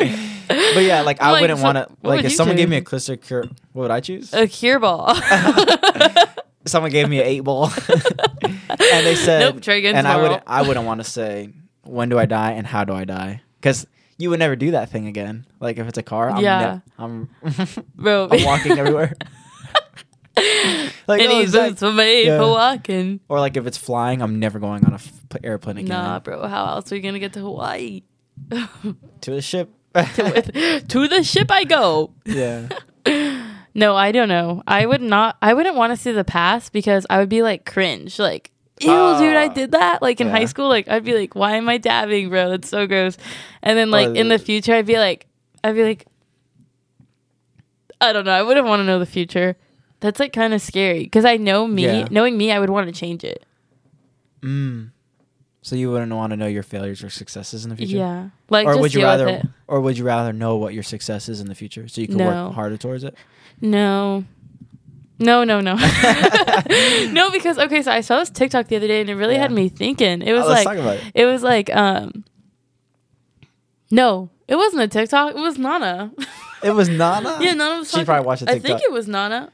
but yeah, like I
Like,
wouldn't
so-
want to.
what
Like
would
if
you
someone gave me a
choose?
cluster cure, what would I choose?
A cure ball.
someone gave me an eight ball, and they said,
Nope, try again
And I
tomorrow.
wouldn't. I wouldn't want to say when do I die and how do I die because you would never do that thing again. Like if it's a car, I'm ne-
Yeah.
I'm,
Bro.
I'm walking everywhere. like
Any
no,
of
it's like-
those were made
yeah.
for walking.
or like if it's flying, I'm never going on a f- pl- airplane again.
Nah, bro. How else are we gonna get to Hawaii?
To the ship.
to the ship I go.
yeah.
No, I don't know. I would not. I wouldn't want to see the past because I would be like cringe. Like, ew,
Ah.
dude, I did that. Like in
Yeah.
high school, like I'd be like, why am I dabbing, bro? That's so gross. And then like
Or
in
the-
the future, I'd be like, I'd be like, I don't know. I wouldn't want to know the future. That's like kind of scary because I know me.
Yeah.
Knowing me, I would want to change it.
Mm. So you wouldn't want to know your failures or successes in the future.
Yeah, like
or
just
would you
deal with
rather
it.
or would you rather know what your success is in the future so you can
No.
work harder towards it
No. No, no, no. no, because okay, so I saw this TikTok the other day and it really
Yeah.
had me thinking. It was
Oh, let's
like
talk about it.
was like um No, it wasn't a TikTok. It was Nana.
it was nana
yeah, Nana was
she
talking-
probably watched a
I
tiktok
think it was Nana.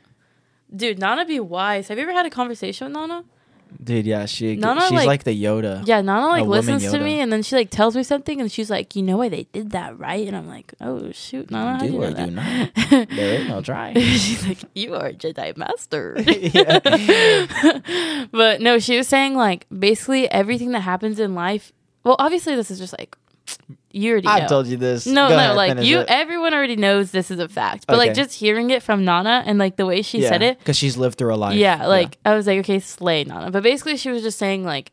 Dude, Nana be wise. Have you ever had a conversation with Nana?
dude yeah she
Nana,
she's like,
like-
the yoda
Yeah, Nana like
woman
listens to
Yoda.
me and then she like tells me something and she's like, "You know why they did that, right?" And I'm like, "Oh shoot, Nana, how do
do
you
or
know
do
that?"
there is no try
She's like, "You are a Jedi master."
Yeah.
but no, she was saying like basically everything that happens in life. Well, obviously this is just like you already
i've
know.
told you this
no,
Go
no,
ahead,
like
finish
you,
it.
everyone already knows this is a fact. But like
Okay.
just hearing it from Nana and like the way she said it,
because she's lived through a life
yeah, like I was like, okay, slay Nana. But basically, she was just saying like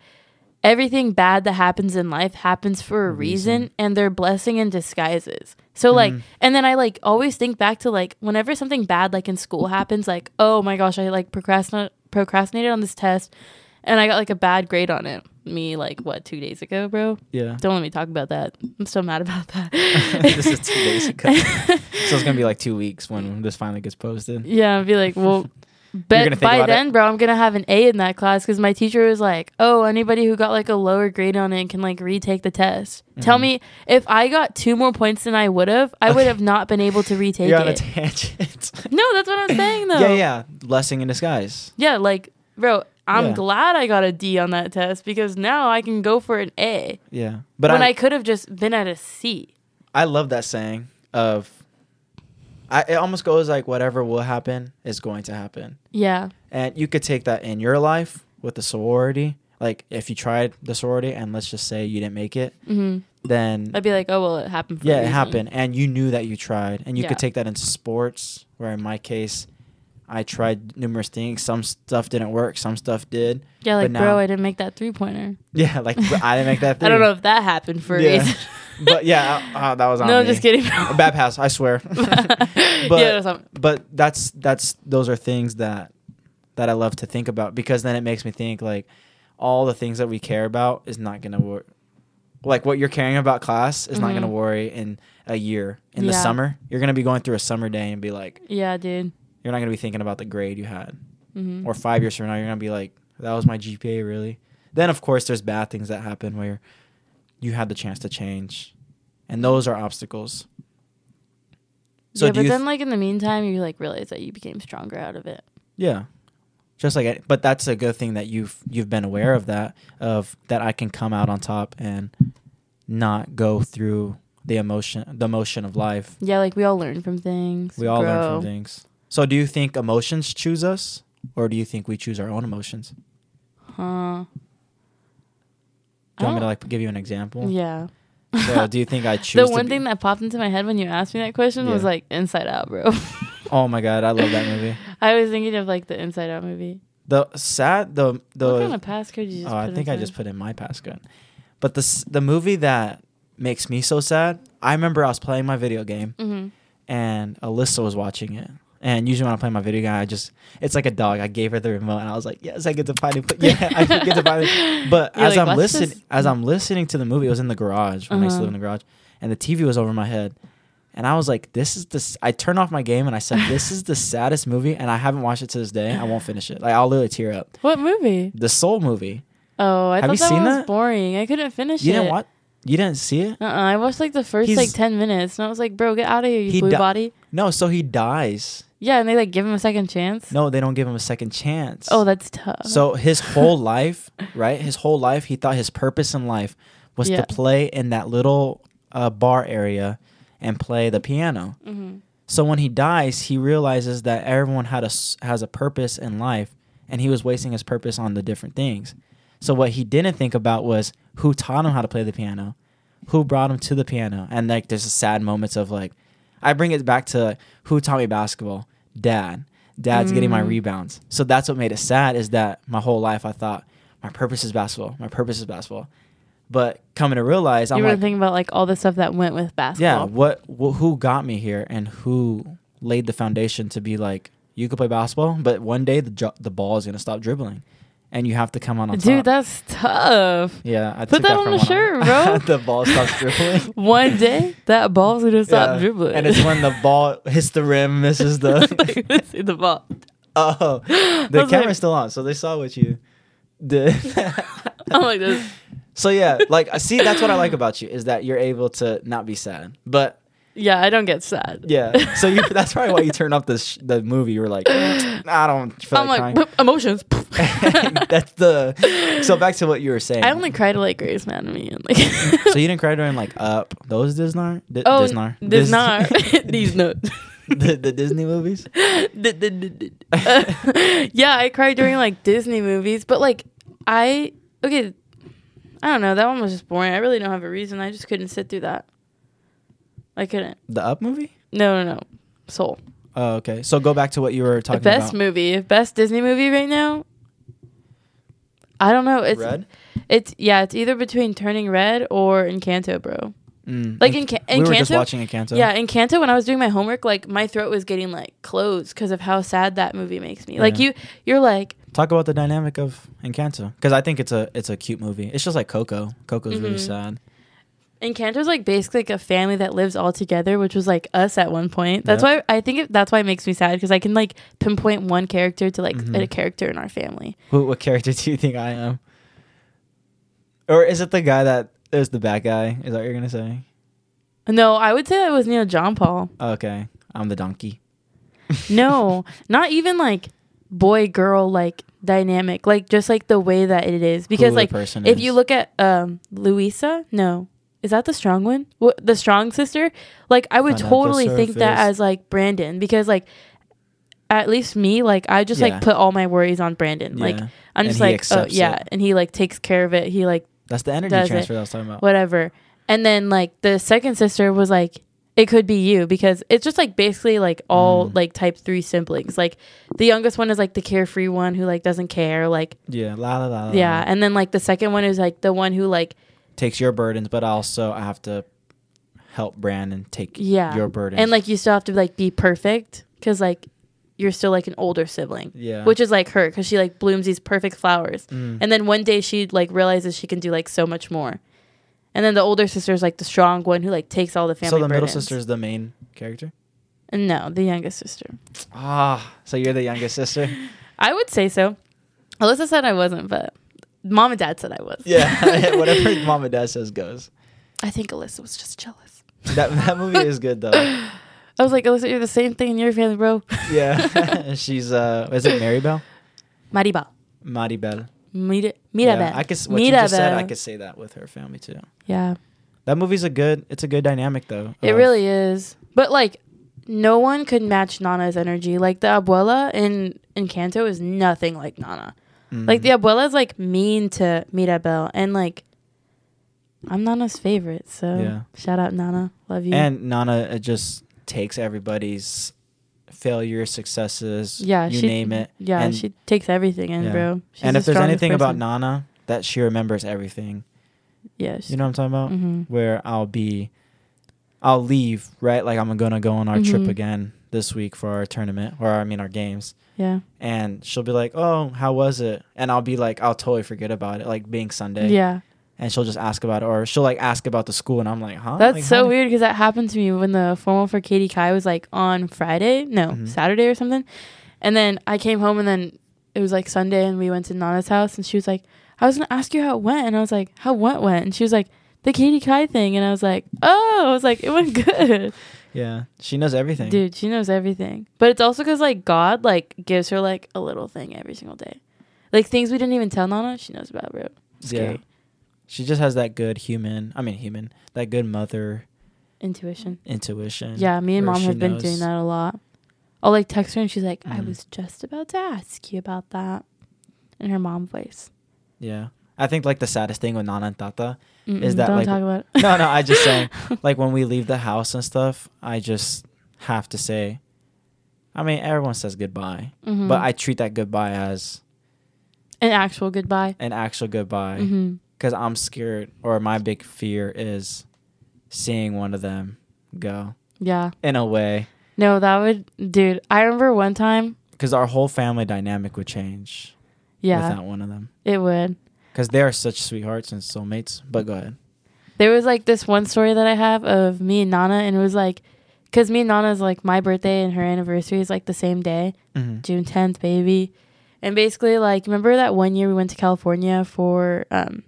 everything bad that happens in life happens for a reason, and they're blessing in disguises. So like,
Mm.
and then I like always think back to like whenever something bad like in school happens, like oh my gosh, I like procrastinate procrastinated on this test, and I got like a bad grade on it. Me like what two days ago, bro?
yeah
Don't let me talk about that. I'm so mad about that.
this is two days ago so it's gonna be like two weeks when this finally gets posted
Yeah, I'd be like, well,
gonna
bet
think
by
about it.
then, bro, I'm gonna have an A in that class because my teacher was like, oh, anybody who got like a lower grade on it can like retake the test.
Mm-hmm.
Tell me if I got two more points than I would have, I would have not been able to retake
you're on a
it.
tangent
no, that's what I'm saying though.
yeah yeah blessing in disguise
Yeah, like, bro, I'm
Yeah.
glad I got a D on that test because now I can go for an A
yeah but
when
I'm-
I could have just been at a C.
I love that saying of I it almost goes like whatever will happen is going to happen.
Yeah,
And you could take that in your life with the sorority. Like if you tried the sorority and let's just say you didn't make it,
hmm
then
I'd be like, oh well, it happened. For a
yeah, it
reason.
happened and you knew that you tried. And you
Yeah.
could take that into sports where in my case I tried numerous things. Some stuff didn't work, some stuff did.
Yeah,
But
like,
now-
bro, I didn't make that three pointer.
Yeah, like I didn't make that
I don't
three.
know if that happened for
Yeah.
a reason.
But yeah, uh, that was on
no,
me.
just kidding.
A bad pass, I swear.
yeah, that's not-
but that's that's those are things that that I love to think about because then it makes me think like all the things that we care about is not gonna work. Like what you're caring about class is not
Mhm.
gonna worry in a year in the
Yeah.
summer. You're gonna be going through a summer day and be like,
yeah, dude.
you're not gonna be thinking about the grade you had.
hmm
Or five years from now, you're gonna be like, that was my GPA really. Then of course there's bad things that happen where you had the chance to change, and those are obstacles.
yeah,
do
but
you
then, like in the meantime, you like realize that you became stronger out of it.
Yeah. Just like it, but that's a good thing that you've you've been aware of that of that I can come out on top and not go through the emotion the motion of life.
Yeah, like we all learn from things.
We all learn
grow.
from things. So do you think emotions choose us or do you think we choose our own emotions? Do
Huh. I
you want me to
don't-
like give you an example?
Yeah.
So do you think I choose
The
to
one
be-
thing that popped into my head when you asked me that question was
Yeah.
like Inside Out, bro.
Oh my god, I love that movie.
I was thinking of like the Inside Out movie.
The sad the the
what kind of passcode did you just
oh,
put
I think I
inside?
just put in my passcode. But the s- the movie that makes me so sad. I remember I was playing my video game
Mhm.
and Alyssa was watching it. And usually when I play my video game, I just it's like a dog. I gave her the remote and I was like, "Yes, I get to finally put yeah, I get to finally." But
You're
as
like,
I'm
"Watch
listening,
this."
as I'm listening to the movie, it was in the garage when I used to
Uh-huh.
live in the garage, and the TV was over my head, and I was like, "This is this." I turned off my game and I said, "This is the saddest movie," and I haven't watched it to this day. I won't finish it. Like I'll literally tear up.
What movie?
The Soul movie.
Oh, I
Have
thought
you
that
seen
one was
that?
boring. I couldn't finish
You
it.
didn't watch? You didn't see it?
Uh, uh I watched like the first
He's-
like ten minutes, and I was like, "Bro, get out of here, you
He
blue
di-
body."
No. So he dies.
Yeah, and they like give him a second chance.
No, they don't give him a second chance.
Oh, that's tough.
So his whole life, right? His whole life, he thought his purpose in life was
Yeah.
to play in that little uh, bar area and play the piano.
Mhm.
So when he dies, he realizes that everyone had a s- has a purpose in life, and he was wasting his purpose on the different things. So what he didn't think about was who taught him how to play the piano, who brought him to the piano, and like there's sad moments of like, I bring it back to who taught me basketball, dad. Dad's getting my
Mm.
rebounds. So that's what made it sad is that my whole life I thought my purpose is basketball, my purpose is basketball, but coming to realize
you
I'm
were
like,
thinking about like all the stuff that went with
yeah
basketball.
what wh- who got me here and who laid the foundation to be like you could play basketball but one day the jo- the ball is going to stop dribbling and you have to come out on
dude,
top
that's tough.
yeah i
Put
took
that on
from
the
one-
shirt, bro.
the ball stops dribbling
One day, that ball's gonna stop
Yeah.
dribbling.
and it's when the ball hits the rim misses the
Like, see the ball.
oh
I
the
was
camera's
like-
still on so they saw what you did
I'm like this.
so yeah like i see that's what i like about you is that you're able to not be sad but
Yeah, I don't get sad.
Yeah. So you, that's probably why you turned off this sh- the movie. You were like, "Nah, I don't feel
I'm like
like,
"Boop, emotions.
crying." that's the. So back to what you were saying.
I only cry to like Grey's Anatomy and like.
So you didn't cry during like Up, those Disney, Di-
Oh,
Disney,
Disney.
Dis-
These notes.
the, the Disney movies.
D- d- d- d- uh, yeah, I cried during like Disney movies, but like I okay, I don't know. That one was just boring. I really don't have a reason. I just couldn't sit through that. I couldn't.
The Up movie.
No, no, no. Soul.
Oh, okay. So go back to what you were talking
best
about.
movie, best Disney movie right now. I don't know. It's
Red.
it's yeah. It's either between Turning Red or Encanto, bro.
Mm.
Like in, Ca-
we
in
were just
Canto,
watching Encanto.
yeah, in Canto, when I was doing my homework, like my throat was getting like closed because of how sad that movie makes me. Like
Yeah.
you, you're like,
Talk about the dynamic of Encanto because I think it's a it's a cute movie. It's just like Coco. Coco's really
Mhm.
sad.
Encanto's like basically like a family that lives all together, which was like us at one point. That's
Yeah.
why I think it, that's why it makes me sad because I can like pinpoint one character to like
Mhm.
a character in our family.
Who, what character do you think I am? Or is it the guy that is the bad guy? Is that what you're gonna say?
No, I would say that was Neil John Paul.
Okay, I'm the donkey.
No, not even like boy girl like dynamic, like just like the way that it is. Because
the
like
person
if
is.
you look at um Louisa, no, is that the strong one? What the strong sister? Like I would
Not at the
totally think that
surface.
as like Brandon because like at least me like I just
Yeah.
like put all my worries on Brandon. Like
Yeah.
I'm
And
just
he
like oh
accepts
yeah,
it.
and he like takes care of it. He like
That's the energy
does it.
transfer that I was talking about.
whatever. And then like the second sister was like, it could be you because it's just like basically like all
Mm.
like type three siblings. Like the youngest one is like the carefree one who like doesn't care, like
Yeah, la la la. la,
yeah.
la.
And then like the second one is like the one who like
takes your burdens, but also I have to help Brandon take
yeah,
your burdens.
and like you still have to like be perfect because like you're still like an older sibling,
yeah,
which is like her because she like blooms these perfect flowers.
Mm.
And then one day she like realizes she can do like so much more. And then the older sister is like the strong one who like takes all the family.
so the middle
burdens.
sister is the main character.
No, the youngest sister.
Ah, so you're the youngest sister.
I would say so. Alyssa said I wasn't, but mom and dad said I was.
yeah, whatever mom and dad says goes.
I think Alyssa was just jealous.
That that movie is good though.
I was like, Alyssa, you're the same thing in your family, bro.
Yeah, she's uh, is it Maribel?
Mariba.
Maribel.
Mira,
Yeah,
Mirabel.
I could s- Oh, what you just said. I
Mirabel.
could say that with her family too.
Yeah, That
That movie's a good. It's a good dynamic though.
it
of-
really is. But like, no one could match Nana's energy. Like the abuela in in Canto is nothing like Nana.
Mm.
Like the abuela's like mean to Mirabel, and like, I'm Nana's favorite. So
Yeah.
shout out Nana, love you.
And Nana uh, just takes everybody's failures, successes,
Yeah,
you
she-
name it.
Yeah,
and,
she takes everything in,
yeah.
bro. She's
and
the
if there's
strongest
anything about
person.
Nana, that she remembers everything.
yeah, she's,
You know what I'm talking about?
Mhm.
Where I'll be, I'll leave right. Like I'm gonna go on our trip
Mhm.
again this week for our tournament, or I mean our games.
yeah,
And she'll be like, "Oh, how was it?" And I'll be like, "I'll totally forget about it." Like being Sunday.
yeah.
And she'll just ask about it, or she'll like ask about the school, and I'm like, "Huh?"
That's
Like, how
so
did-
weird because that happened to me when the formal for Katie Kai was like on Friday, no
Mhm.
Saturday or something, and then I came home and then it was like Sunday and we went to Nana's house and she was like, "I was gonna ask you how it went," and I was like, "How what went?" and she was like, "The Katie Kai thing," and I was like, "Oh," I was like, "It went good,
Yeah, she knows everything.
dude. She knows everything." But it's also because like God like gives her like a little thing every single day, like things we didn't even tell Nana she knows about, bro. Scary
Yeah. She just has that good human. I mean, human. That good mother
intuition.
intuition.
Yeah, me and
where
mom
she
have been
knows-
doing that a lot. I'll like text her and she's like, I
Mhm.
was just about to ask you about that in her mom voice.
Yeah, I think like the saddest thing with Nana and Tata
Mm-mm,
that,
don't
like-
talk about it.
No, no, I just saying, like when we leave the house and stuff, I just have to say, I mean, everyone says goodbye,
Mhm.
but I treat that goodbye as
an actual goodbye.
an actual goodbye
Mhm.
because I'm scared, or my big fear is seeing one of them go
Yeah.
in a way
No, that would, dude. I remember one time.
because our whole family dynamic would change
Yeah,
without one of them
it would.
because they are such sweethearts and soulmates. But go ahead.
There was like this one story that I have of me and Nana, and it was like, because me and Nana's like my birthday and her anniversary is like the same day.
Mm-hmm.
June 10th, baby. And basically, like, remember that one year we went to California for um,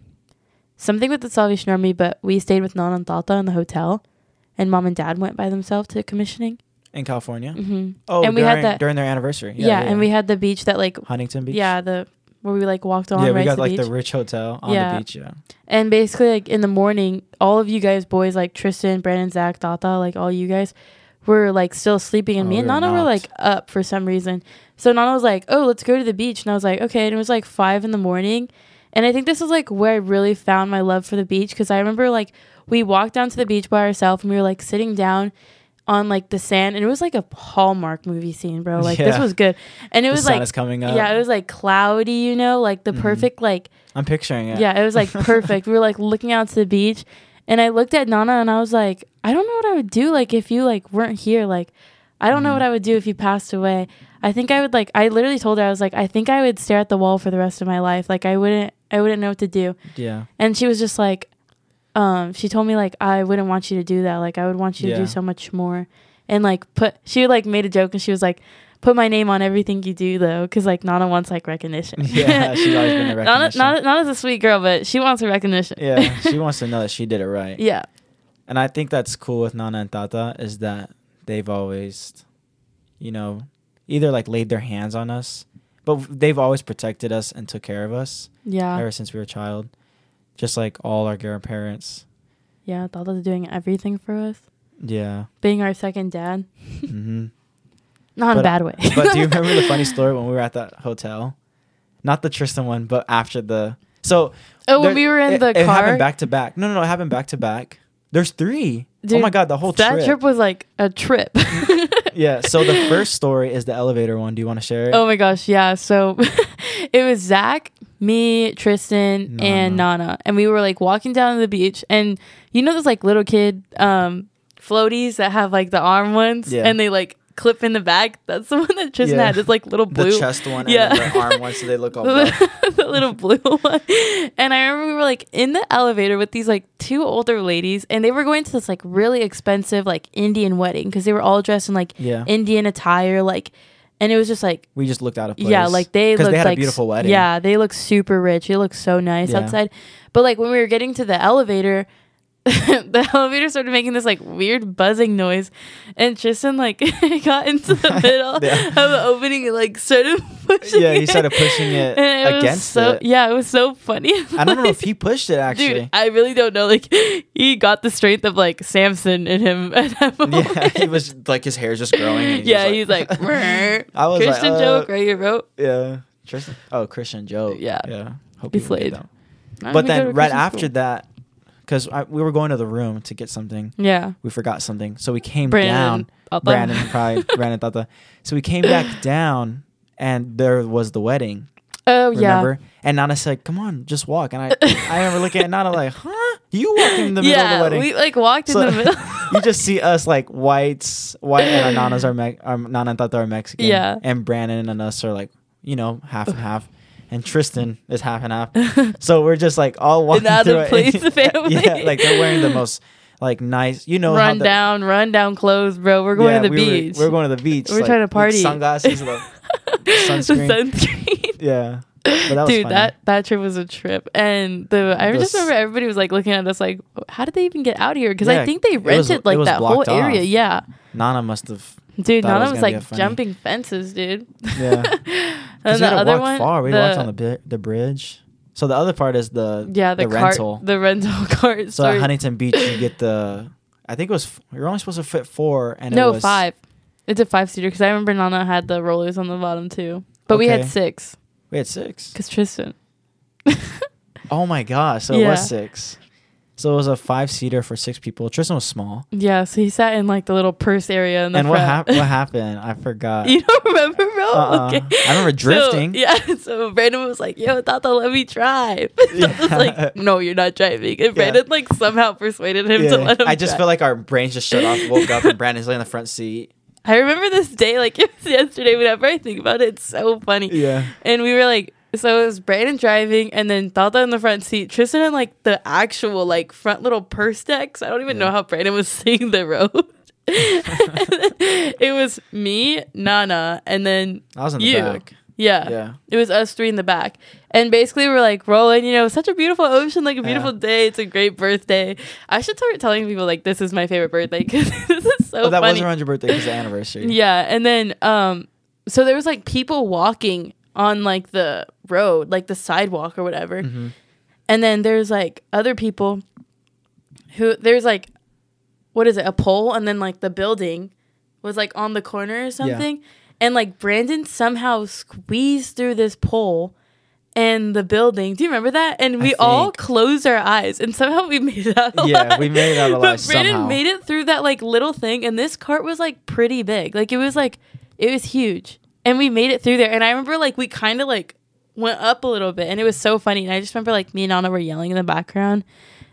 something with the Salvation Army, but we stayed with Nana and Tata in the hotel, and mom and dad went by themselves to commissioning.
In California.
hmm
Oh,
And we
during,
had that-
during their anniversary.
Yeah, and we had the beach that, like,
Huntington Beach.
yeah, the where we like walked on
yeah,
right
we
to
got
the
like
beach.
the rich hotel on the
Yeah.
beach. Yeah.
and basically, like in the morning, all of you guys, boys, like Tristan, Brandon, Zach, Tata, like all you guys, were like still sleeping, and
Oh,
me
we
and
were
Nana were
not.
like up for some reason. So Nana was like, "Oh, let's go to the beach," and I was like, "Okay." And it was like five in the morning, and I think this is like where I really found my love for the beach because I remember like we walked down to the beach by ourselves, and we were like sitting down on like the sand, and it was like a Hallmark movie scene, bro. Like this
Yeah.
was good, and it
The
was
sun
like.
is coming up.
Yeah, it was like cloudy, you know, like the
Mhm.
perfect like
I'm picturing it.
yeah. it was like perfect. we were like looking out to the beach, and I looked at Nana and I was like, I don't know what I would do like if you like weren't here. Like, I don't know
Mhm.
what I would do if you passed away. I think I would like. I literally told her I was like, I think I would stare at the wall for the rest of my life. Like, I wouldn't. I wouldn't know what to do.
Yeah.
And she was just like, um, she told me like I wouldn't want you to do that. Like, I would want you to
Yeah.
do so much more. And like put she like made a joke and she was like. Put my name on everything you do, though, because like Nana wants like recognition.
Yeah, she's always been a
Nana,
recognition.
Nana, Nana's a sweet girl, but she wants a recognition.
Yeah. she wants to know that she did it right.
Yeah.
And I think that's cool with Nana and Tata is that they've always, you know, either like laid their hands on us, but they've always protected us and took care of us
Yeah.
ever since we were a child. Just like all our grandparents.
Yeah. Dada's doing everything for us,
Yeah.
being our second dad.
hmm
Not in
But-
a bad way.
but do you remember the funny story when we were at that hotel? Not the Tristan one, but after the so.
Oh, when
there-
we were in
it-
the
It
car.
happened back to back. No, no, no. It happened back to back. There's three. oh
Dude,
my god, the whole
that
trip.
trip. was like a trip.
yeah. So the first story is the elevator one. Do you want to share it?
Oh my gosh, yeah. So it was Zach, me, Tristan, and
Nana.
Nana. And we were like walking down to the beach and you know those like little kid um floaties that have like the arm ones
Yeah.
and they like clip in the back. That's the one that Tristan
Yeah.
had. It's like little
the
blue
chest one.
Yeah.
And then the arm one, so they look all. rough.
the, the little blue one. And I remember we were like in the elevator with these like two older ladies, and they were going to this like really expensive like Indian wedding because they were all dressed in like
Yeah.
Indian attire, like, and it was just like
we just looked out of place.
yeah, like they
because
looked
they had a
like
beautiful wedding.
Yeah, they look super rich. It looks so nice
Yeah.
outside. But like when we were getting to the elevator, the elevator started making this like weird buzzing noise, and Tristan like got into the middle
Yeah.
of the opening and like started pushing.
Yeah, he
it.
started pushing it
And was
against
so,
it.
Yeah, it was so funny.
I don't know if he pushed it actually.
Dude, I really don't know. Like, he got the strength of like Samson in him at that moment.
yeah, he was like his hair's just growing. and
yeah, he's like, "Brr."
I was like,
Christian
uh,
joke right here, bro.
Yeah. Tristan. Oh, Christian Joe.
Yeah.
Yeah. Hope
He
you get
played.
that. But
I'm gonna go
then
to
right
Christian
after
school.
that, because we were going to the room to get something.
Yeah.
We forgot something, so we came down.
Brandon. I'll-
Brandon probably Brandon thought that. So we came back down, and there was the wedding.
Oh yeah.
Remember? And Nana said, "Come on, just walk." And I, I remember looking at Nana like, "Huh? You walking in the middle
yeah,
of the wedding?"
we like walked
So-
in the middle.
you just see uh, us like whites, white, and our nanas are Me- our nana and tata are Mexican.
Yeah.
And Brandon and us are like, you know, half and half, and Tristan is half and half. So we're just like all walking
out of
through it.
place family.
yeah, like they're wearing the most like nice, you know, how
run
the-
down, run down clothes, bro. We're going
yeah,
to the
we were-
beach.
We're, going to the beach.
We're
like,
trying to
with
party.
Sunglasses. like,
The
sunscreen.
sunscreen.
yeah. But that was
Dude,
funny.
that that trip was a trip, and the I
The
just remember
s-
everybody was like looking at us like, how did they even get out here? Because
Yeah,
I think they
it was-
rented
it
like
was
that whole
blocked
area.
off.
Yeah,
Nana must have.
dude,
Thought it
none
was
of us
gonna be a
like
funny-
jumping fences, dude.
Yeah. 'Cause
and
we
the
had to
other
walk
one,
far. We
the,
walked on the bi- the bridge. So the other part is the
yeah the, cart,
rental.
the rental cart.
So at
story.
Huntington Beach, you get the. I think it was. f- You're only supposed to fit four, and
no
it was,
five. It's a five seater because I remember Nana had the rollers on the bottom too, but we had
Okay.
six
We had six.
because Tristan.
Oh my gosh! So it
Yeah.
was six. So it was a five seater for six people. Tristan was small.
Yeah, so he sat in like the little purse area in the
and what
front.
happened? What happened? I forgot.
you don't remember, bro?
Uh, Uh-uh. I remember drifting.
So, yeah, so Brandon was like, "Yo, Tata, let me drive." Tata was
Yeah.
like, "No, you're not driving." And
Yeah.
Brandon like somehow persuaded him
Yeah.
to let him.
I just
drive.
feel like our brains just shut off. Woke up and Brandon's laying in the front seat.
I remember this day like it was yesterday. Whenever I think about it, it's so funny.
Yeah.
And we were like, so it was Brandon driving, and then Tata in the front seat, Tristan in like the actual like front little purse deck. So I don't even
Yeah.
know how Brandon was seeing the road. it was me, Nana, and then
I was in the
You. Uh,
back.
yeah,
Yeah.
it was us three in the back. And basically, we were like rolling, you know, such a beautiful ocean, like a beautiful day. It's a great birthday. I should start telling people, like, this is my favorite birthday because this is so
oh, that
funny.
was around your birthday. It was the anniversary.
Yeah, and then um so there was like people walking on like the road, like the sidewalk or whatever.
Mhm.
And then there's like other people who there's like what is it, a pole and then like the building was like on the corner or something. And like Brandon somehow squeezed through this pole and the building. Do you remember that? And we all
think.
closed our eyes and somehow we made it out alive.
Yeah, we made it out alive
But Brandon
somehow.
made it through that like little thing, and this cart was like pretty big. Like it was like it was huge, and we made it through there. And I remember like we kind of like went up a little bit, and it was so funny. And I just remember like me and Anna were yelling in the background.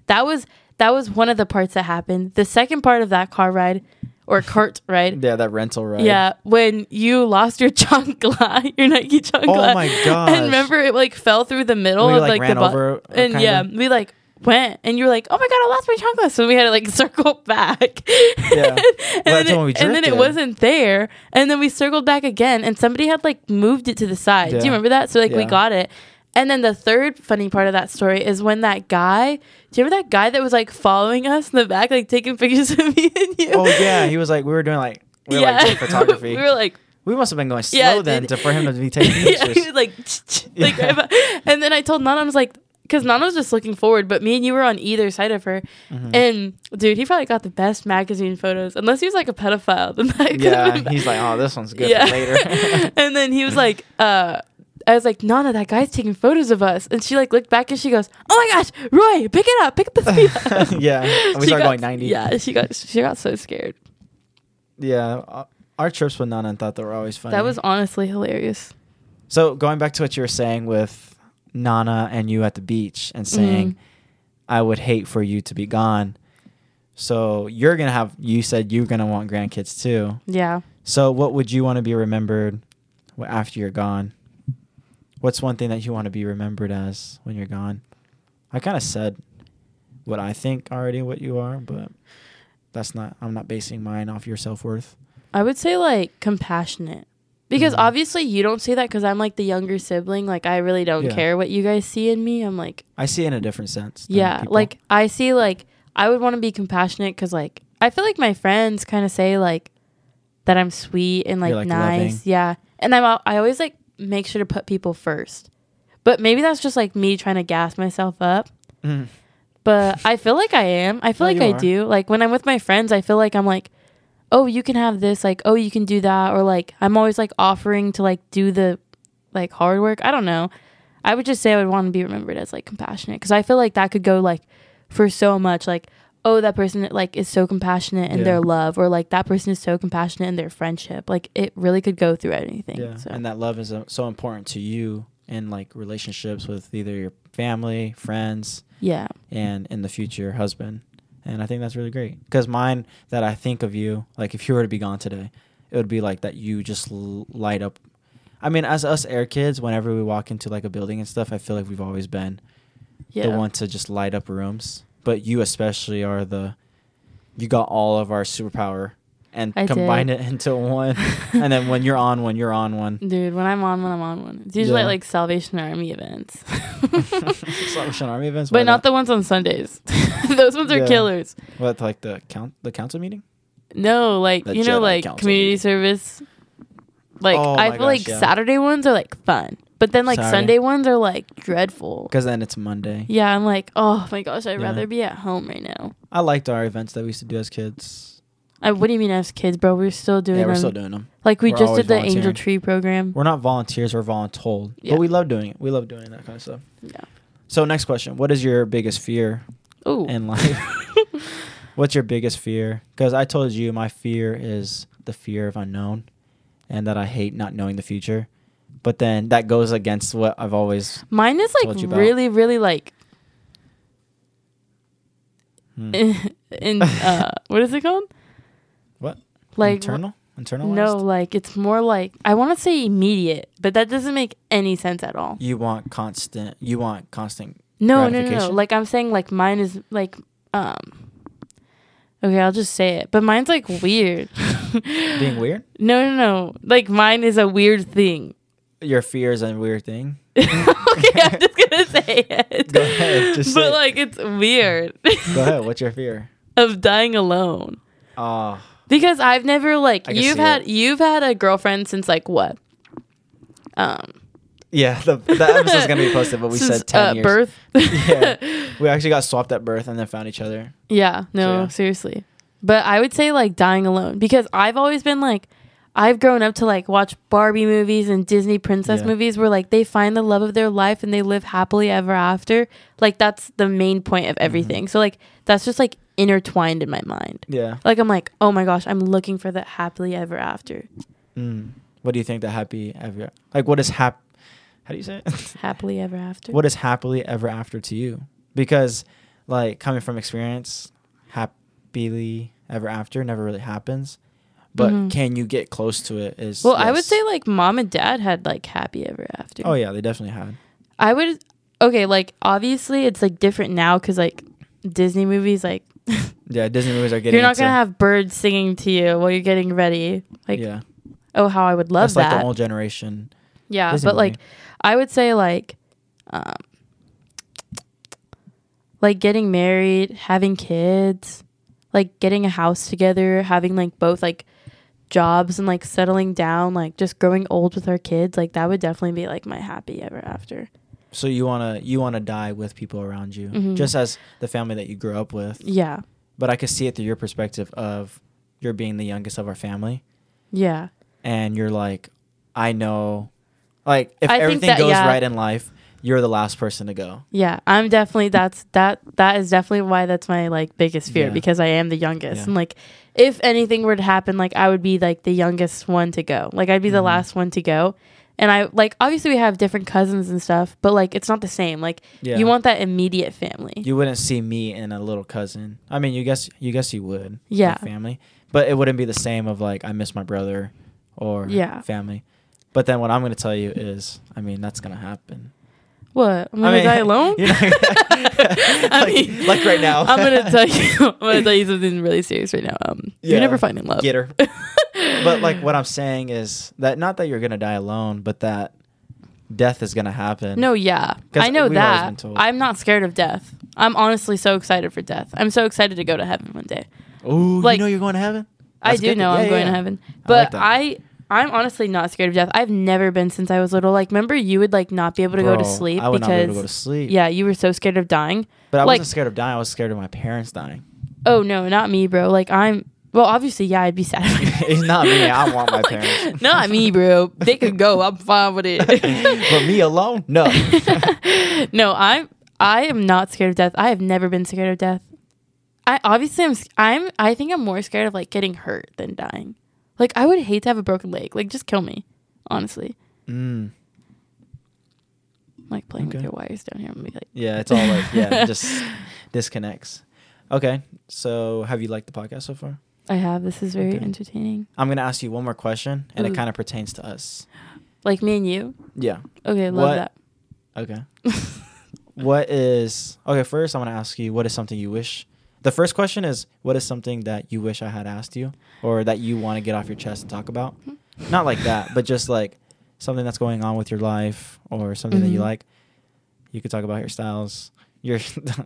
That was that was one of the parts that happened. The second part of that car ride or cart ride.
Yeah, that rental ride.
Yeah, when you lost your chancla, your Nike chancla.
Oh my
And
gosh.
remember, it like fell through the middle
We,
of
like,
like,
ran
the bu-
over it,
and
kinda.
yeah, we like went, and you were like, "Oh my god, I lost my chancla!" So we had to like circle back.
Yeah.
and,
Well, that's
then it,
when we
and then it
drifted.
wasn't there, and then we circled back again, and somebody had like moved it to the side. Do
Yeah.
you remember that? So like we
Yeah.
got it. And then the third funny part of that story is when that guy, do you remember that guy that was like following us in the back, like taking pictures of me and you?
Oh yeah, he was like we were doing like we were like doing photography.
we were like,
We must have been going slow
Yeah,
then
dude.
to, for him to be taking
yeah,
pictures.
he was like, like
Yeah.
right behi- and then I told Nana, I was like, because Nana was just looking forward, but me and you were on either side of her.
Mm-hmm.
And dude, he probably got the best magazine photos, unless he was like a pedophile. Then that could've
yeah,
been
he's like,
bad.
oh, this one's good for later.
and then he was like, uh, I was like, Nana, that guy's taking photos of us. And she like looked back and she goes, Oh my gosh, Roy, pick it up, pick up the speed.
yeah, and we
She
started
got-
going ninety.
Yeah, she got she got so scared.
yeah. uh, Our trips with Nana and Tata were always funny.
That was honestly hilarious.
so going back to what you were saying with Nana and you at the beach and saying,
Mhm.
"I would hate for you to be gone." So you're gonna have. You said you're gonna want grandkids too.
Yeah.
So what would you want to be remembered wh- after you're gone? What's one thing that you want to be remembered as when you're gone? I kind of said what I think already what you are, but that's not I'm not basing mine off your self-worth.
I would say like compassionate. Because
Mhm.
obviously you don't see that because I'm like the younger sibling. Like I really don't
Yeah.
care what you guys see in me. I'm like,
I see it in a different sense. than
yeah,
people.
like I see like I would want to be compassionate because like I feel like my friends kind of say like that I'm sweet and like,
like,
nice,
loving.
yeah. And I'm al- I always like make sure to put people first, but maybe that's just like me trying to gas myself up.
Mm.
But I feel like I am. I feel
No,
like
you
I
are.
do. Like when I'm with my friends, I feel like I'm like, oh, you can have this. Like, oh, you can do that. Or like I'm always like offering to like do the like hard work. I don't know. I would just say I would want to be remembered as like compassionate because I feel like that could go like for so much. Like, oh, that person like is so compassionate in
Yeah.
their love, or like that person is so compassionate in their friendship. Like, it really could go through anything.
yeah.
So.
And that love is uh, so important to you in like relationships with either your family, friends,
yeah.
and in the future your husband. And I think that's really great because mine that I think of you, like if you were to be gone today, it would be like that you just l- light up. I mean, as us air kids, whenever we walk into like a building and stuff, I feel like we've always been
Yeah.
the one to just light up rooms. But you especially are the you got all of our superpower and
I
combine
did.
it into one. and then when you're on one, you're on one.
Dude, when I'm on one, I'm on one. It's usually
Yeah.
at, like Salvation Army events.
Salvation Army events, why
But not
not?
the ones on Sundays. Those ones are
Yeah.
killers.
What like the count the council meeting?
No, like,
The
you know,
Jedi
like
Council
community
meeting.
service. Like,
Oh
I
my
feel
gosh,
like
yeah.
Saturday ones are like fun. But then like
Saturday.
Sunday ones are like dreadful.
Because then it's Monday.
Yeah, I'm like, oh my gosh, I'd
Yeah.
rather be at home right now.
I liked our events that we used to do as kids.
I, what do you mean as kids, bro? We're still doing
yeah, we're
them.
still doing them.
like we
we're
just
always
did the Angel
volunteering.
Tree program.
We're not volunteers, we're voluntold.
Yeah.
But we love doing it. We love doing that kind of stuff.
yeah.
So next question. What is your biggest fear
Oh.
in life? What's your biggest fear? Because I told you my fear is the fear of unknown and that I hate not knowing the future. But then that goes against what I've always.
Mine is
Told
like
you about.
really, really like
Hmm.
in uh what is it called?
What?
Like
internal? Internal?
no, like it's more like I want to say immediate, but that doesn't make any sense at all.
You want constant. You want constant.
No, no, no, no.
gratification?
Like I'm saying, like mine is like um. Okay, I'll just say it, but mine's like weird.
Being weird?
No, no, no. Like mine is a weird thing.
Your fear is a weird thing.
okay, I'm just gonna say it.
Go ahead, just say
but
it.
like it's weird
Go ahead. What's your fear?
of dying alone.
Oh,
Because I've never like
I can
you've
see
had
it.
you've had a girlfriend since like what? Um
yeah. The, the episode's gonna be posted, but we
since,
said ten
uh,
years.
birth.
Yeah. We actually got swapped at birth and then found each other.
Yeah, no,
yeah.
seriously. But I would say like dying alone because I've always been like I've grown up to like watch Barbie movies and Disney princess
Yeah.
movies where like they find the love of their life and they live happily ever after. Like that's the main point of everything.
Mm-hmm.
So like that's just like intertwined in my mind.
Yeah.
Like I'm like, "Oh my gosh, I'm looking for that happily ever after."
Mm. What do you think the happy ever? Like, what is hap? How do you say it?
Happily ever after.
what is happily ever after to you? Because, like, coming from experience, happily ever after never really happens. But
Mhm.
can you get close to it? Is
Well, I would
yes.
say like mom and dad had like happy ever after.
Oh yeah, they definitely had.
I would okay, like obviously it's like different now cuz like Disney movies like
Yeah, Disney movies are getting.
you're not
into-
going to have birds singing to you while you're getting ready. Like
yeah,
oh how I would
that's
love that.
like the old generation.
yeah,
Disney
but
movie.
like I would say like um like getting married, having kids, like getting a house together, having like both like jobs and like settling down, like just growing old with our kids, like that would definitely be like my happy ever after.
So you wanna you wanna die with people around you,
Mhm.
just as the family that you grew up with.
Yeah.
But I could see it through your perspective of you're being the youngest of our family,
Yeah.
and you're like, I know, like if
I think
everything
that-
goes
yeah.
right in life, you're the last person to go.
Yeah. I'm definitely that's that that is definitely why that's my like biggest fear
Yeah.
because I am the youngest.
Yeah.
And like if anything were to happen, like I would be like the youngest one to go. Like I'd be the
Mhm.
last one to go. And I like obviously we have different cousins and stuff, but like it's not the same. Like
Yeah,
you want that immediate family.
you wouldn't see me and a little cousin. I mean, you guess you guess you would. like,
Yeah.
family, but it wouldn't be the same of like I miss my brother or
Yeah.
family. But then what I'm gonna tell you is, I mean, that's gonna happen.
what? I'm gonna die alone?
you know,
I
like,
mean,
like right now.
I'm gonna tell you I'm gonna tell you something really serious right now. Um
Yeah.
you're never finding love.
Get her. but like what I'm saying is that not that you're gonna die alone, but that death is gonna happen.
No, yeah.
'Cause
I know
we've always been
that.
told.
I'm not scared of death. I'm honestly so excited for death. I'm so excited to go to heaven one day.
Oh,
like-
you know you're going to heaven.
I
That's
do
good.
know
Yeah,
I'm
yeah,
going to
yeah.
heaven.
I like
But
that.
I, I am honestly not scared of death. I've never been since I was little. Like remember you would like not be able to go to
Bro,
sleep
I would not be
because
able to go to sleep.
yeah, you were so scared of dying.
but I
like-
wasn't scared of dying. I was scared of my parents dying.
Oh no, not me, bro. Like I'm well, obviously, yeah, I'd be sad.
It's not me. I want my parents.
Not me, bro. They could go. I'm fine with it.
but me alone, no.
no, I'm I am not scared of death. I have never been scared of death. I obviously am. sc- I'm. I think I'm more scared of like getting hurt than dying. Like I would hate to have a broken leg. Like just kill me, honestly.
Mm.
I'm, like playing
Okay.
with your wires down here. I'm gonna be like,
Yeah, it's all like yeah, it just disconnects. Okay, so have you liked the podcast so far?
I have. This is very
Okay.
entertaining.
I'm gonna ask you one more question, and
Ooh.
it kind of pertains to us.
Like me and you.
Yeah.
Okay, love
What-
that.
Okay. what is okay? First, I'm gonna ask you what is something you wish. The first question is what is something that you wish I had asked you, or that you want to get off your chest and talk about?
Hmm?
Not like that, but just like something that's going on with your life or something that you
Mhm.
like. You could talk about your styles, your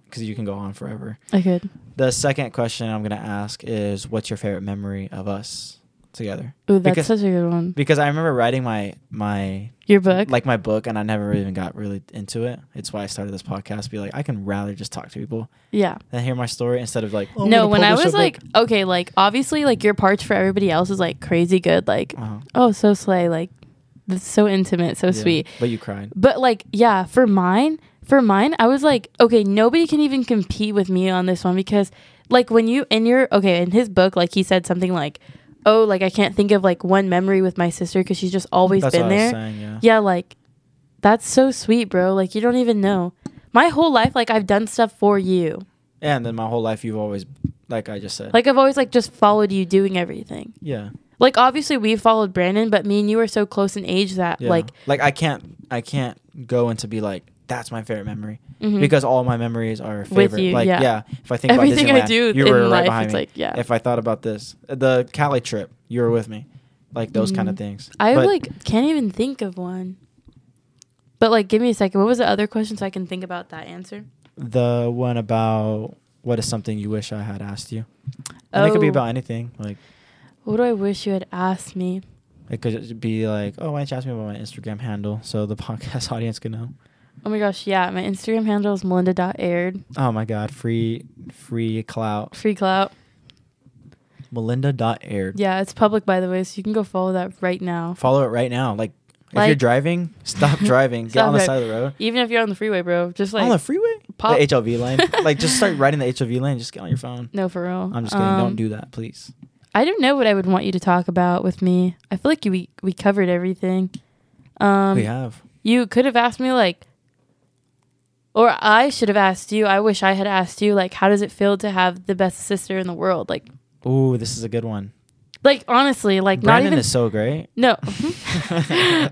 because you can go on forever.
I could.
The second question I'm gonna ask is, what's your favorite memory of us together?
Ooh, that's
Because-
such a good one.
Because I remember writing my my
Your book.
like my book, and I never even got really into it. It's why I started this podcast. Be like, I can rather just talk to people
yeah.
and hear my story instead of like. "Oh, I'm
no,
gonna
when I
publish a
was
book."
like, okay, like oh, obviously, like your parts for everybody else is like crazy good. Like,
Uh-huh.
oh, so slay. Like, it's so intimate, so
Yeah,
sweet.
but you cried.
But like, yeah, for mine, for mine, I was like, okay, nobody can even compete with me on this one because, like, when you in your okay in his book, like he said something like, oh, like I can't think of like one memory with my sister because she's just always
That's
been
what I was
there.
saying, yeah.
Yeah, like that's so sweet, bro. Like you don't even know. My whole life, like I've done stuff for you.
And then my whole life, you've always, like I just said,
Like I've always like just followed you doing everything.
yeah,
Like obviously we followed Brandon, but me and you are so close in age that
yeah.
like
like I can't, I can't go into be like that's my favorite memory
mhm.
because all my memories are
With
favorite.
you,
like
yeah.
if I think
everything
about
I
Disneyland,
do
you
in
were right
life,
behind
it's
me.
like yeah.
if I thought about this, the Cali trip, you were with me, like those kind of
Mhm.
things.
I
But
like can't even think of one. But like, give me a second. What was the other question so I can think about that answer?
the one about what is something you wish I had asked you, and it could be
Oh.
about anything. Like
What do I wish you had asked me?
it could be like, oh, why didn't you ask me about my Instagram handle so the podcast audience could know?
Oh my gosh, yeah. My Instagram handle is melinda.aired.
Oh my God, free free clout.
Free clout.
Melinda dot aired.
Yeah, it's public by the way, so you can go follow that right now.
Follow it right now. Like, if you're
Like-
driving, stop driving. Get
Stop
on the
driving.
side of the road.
Even if you're on the freeway, bro. Just like
on the freeway,
pop-
the HLV lane. like just start riding the HLV lane. Just get on your phone.
No, for real.
I'm just kidding. Don't
Um,
do that, please.
I don't know what I would want you to talk about with me. I feel like you, we we covered everything. Um,
we have.
you could have asked me like, or I should have asked you. I wish I had asked you like, how does it feel to have the best sister in the world? Like,
Ooh, this is a good one.
like honestly, like
Brandon
not even
is so great.
no,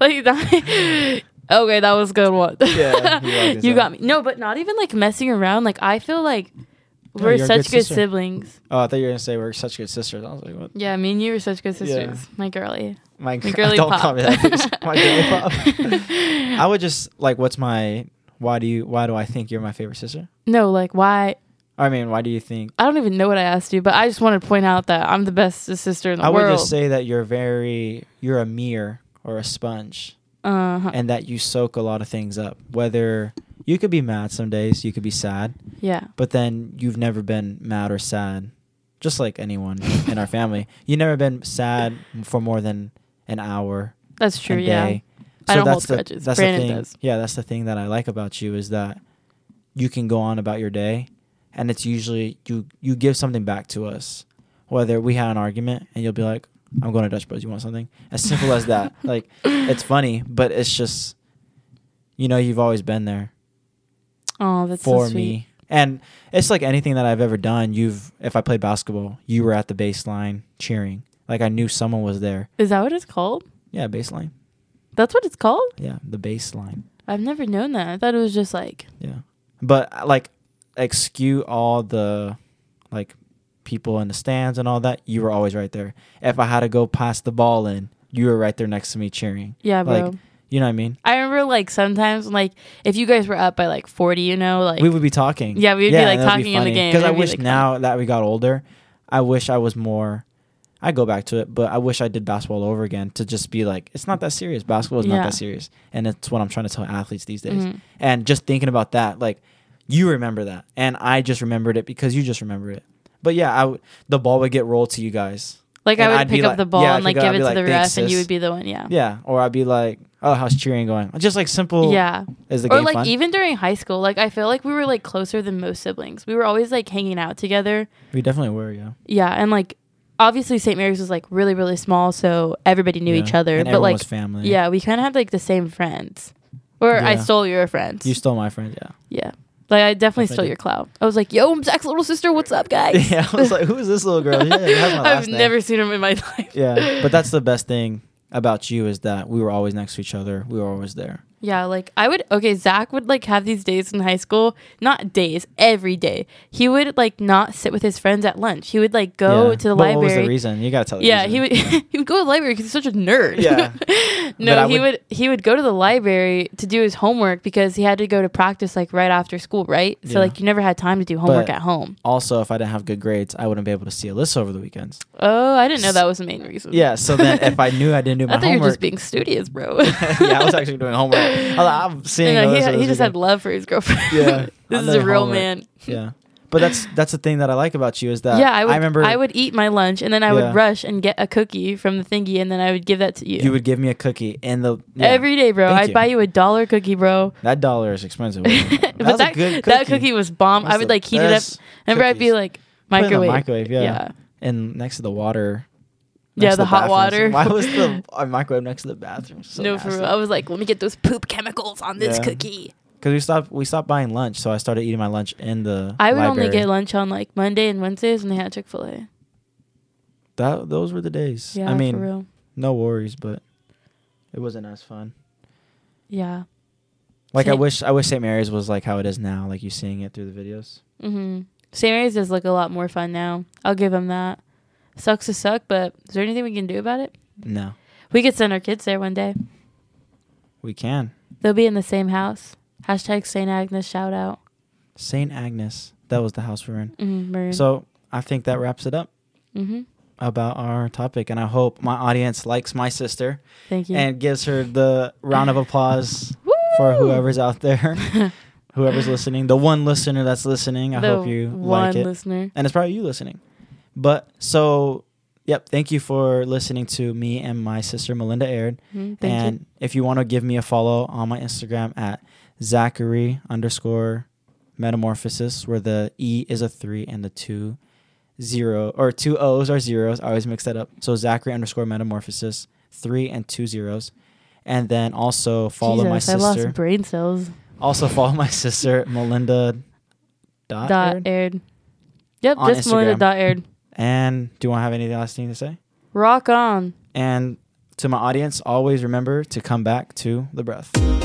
like that. Okay, that was a good one.
Yeah, you like this
you
one.
got me. No, but not even like messing around. Like I feel like
No,
we're
you're a
such
good
good
sister.
siblings.
Oh, I thought you were gonna say we're such good sisters. I was like, what?
Yeah, me and you were such good
Yeah.
sisters. My girly.
My
My
girl,
girly
don't
pop.
call me that. please. My girly pop. I would just like, what's my? Why do you? Why do I think you're my favorite sister?
No, like why?
I mean, why do you think?
I don't even know what I asked you, but I just want to point out that I'm the best sister in the
I would
world.
just say that you're very, you're a mirror or a sponge,
uh-huh.
and that you soak a lot of things up. Whether you could be mad some days, you could be sad,
yeah,
but then you've never been mad or sad, just like anyone in our family. You've never been sad for more than an hour
that's true.
a
Yeah,
day.
I don't
that's
hold
the,
grudges.
That's
Brandon
the thing.
does.
Yeah, that's the thing that I like about you is that you can go on about your day, and it's usually you you give something back to us. Whether we had an argument, and you'll be like, "I'm going to Dutch Bros. You want something?" As simple as that. Like it's funny, but it's just you know you've always been there
Oh, that's so
for
sweet.
me. And it's like anything that I've ever done. You've, if I played basketball, you were at the baseline cheering. Like I knew someone was there.
Is that what it's called?
Yeah, baseline.
That's what it's called.
Yeah, the baseline.
I've never known that. I thought it was just like
Yeah. But uh, like excuse all the like people in the stands and all that, you were always right there. If I had to go pass the ball in, you were right there next to me cheering.
yeah, bro.
Like you know what I mean?
I remember like sometimes like if you guys were up by like 40, you know, like
we would be talking.
Yeah, we'd be, like, talking in the game.
Because I
It'd be,
wish
like,
now that we got older, I wish I was more I go back to it, but I wish I did basketball over again to just be like, it's not that serious. Basketball is not
Yeah.
that serious. And it's what I'm trying to tell athletes these days.
Mhm.
And just thinking about that, like you remember that, and I just remembered it because you just remembered it. But yeah, I w- the ball would get rolled to you guys.
like I
and
would
I'd be
pick up
like-
the ball
yeah, I'd
and like
pick up- I'd
give it
be
to
like,
the
"Thanks,
ref and you
sis."
would be the one, yeah.
Yeah, or I'd be like, Oh, how's cheering going? Just like simple.
yeah.
Is the
Or
game
like
fun?
even during high school, like I feel like we were like closer than most siblings. We were always like hanging out together.
we definitely were. Yeah.
Yeah, and like obviously St. Mary's was like really really small, so everybody knew
Yeah.
each other.
And
but
everyone
like
was family.
yeah, we kind of had like the same friends. Or I
Yeah.
stole your friends.
You stole my friend. Yeah.
yeah. Like I definitely
Definitely
stole
did.
your clout. I was like, "Yo, I'm Zach's little sister. What's up, guys?"
Yeah, I was like, "Who is this little girl?" Yeah, you have my
I've
last name.
never seen him in my life.
Yeah. But that's the best thing about you is that we were always next to each other. We were always there.
Yeah, like I would okay, Zach would like have these days in high school, not days, every day. He would like not sit with his friends at lunch. He would like go
Yeah.
to the
What- What was the
library.
reason? You gotta tell. The
yeah,
reason.
he would he would go to the library because he's such a nerd.
Oh, Yeah. But
no,
I
he
would-
would he would go to the library to do his homework because he had to go to practice like right after school, right? So
Yeah.
like you never had time to do homework
But-
at home.
Also, if I didn't have good grades, I wouldn't be able to see Alyssa over the weekends.
Oh, I didn't know that was the main reason.
Yeah. So then, if I knew I didn't do
I
my
thought you were
homework,
just being studious, bro.
yeah, I was actually doing homework. I was like, I'm seeing.
No, no, he,
Alyssa
he
this
just had
weekend.
love for his girlfriend.
Yeah,
this is
another
a real
homework.
man.
Yeah. But that's that's the thing that I like about you is that
yeah, I would. I,
remember
would eat my lunch and then I
Yeah.
would rush and get a cookie from the thingy and then I would give that to you.
you would give me a cookie and the yeah,
every day, bro.
Thank
I'd
you.
buy you a dollar cookie, bro.
that dollar is expensive. wasn't it? that
but
was
that
a good cookie.
that cookie was bomb.
That's
I would
the
like heat it up.
best
Remember, I'd
cookies.
be like
Put it in the
microwave.
microwave, yeah.
yeah.
and next to the water.
Yeah,
next to
the hot
bathrooms.
water.
Why was the uh, microwave next to the bathroom? So
no, for real. I was like, let me get those poop chemicals on this
Yeah.
cookie.
Because we stopped we stopped buying lunch, so I started eating my lunch in the.
I would only
library.
get lunch on like Monday and Wednesdays when they had Chick Fil A.
That those were the days.
Yeah,
I
for
mean,
real.
no worries, but it wasn't as fun.
Yeah.
Like I
Same.
wish I wish St. Mary's was like how it is now, like you seeing it through the videos.
Mm-hmm. St. Mary's does look a lot more fun now. I'll give them that. Sucks to suck, but is there anything we can do about it?
No,
We could send our kids there one day.
we can.
They'll be in the same house. Hashtag St. Agnes shout out.
St. Agnes, that was the house we were in.
Mm-hmm.
So I think that wraps it up
mm-hmm.
about our topic, and I hope my audience likes my sister
thank you.
and gives her the round of applause for
Woo!
whoever's out there, whoever's listening, the one listener that's listening. I
The
hope you like
one
it,
listener.
and it's probably you listening. But so, yep, thank you for listening to me and my sister Melinda Aird.
Mhm, Thank
and if you want to give me a follow on my Instagram at Zachary underscore metamorphosis, where the E is a three and the two zero or two O's are zeros. I always mix that up. So Zachary underscore metamorphosis, three and two zeros. And then also
you.
follow my
Jesus,
sister.
I lost brain cells.
Also follow my sister Melinda dot,
dot
Aird.
aired. Yep,
On
just Melinda
Instagram.
dot aired.
And do you want to have any last thing to say?
Rock on.
And to my audience, always remember to come back to the breath.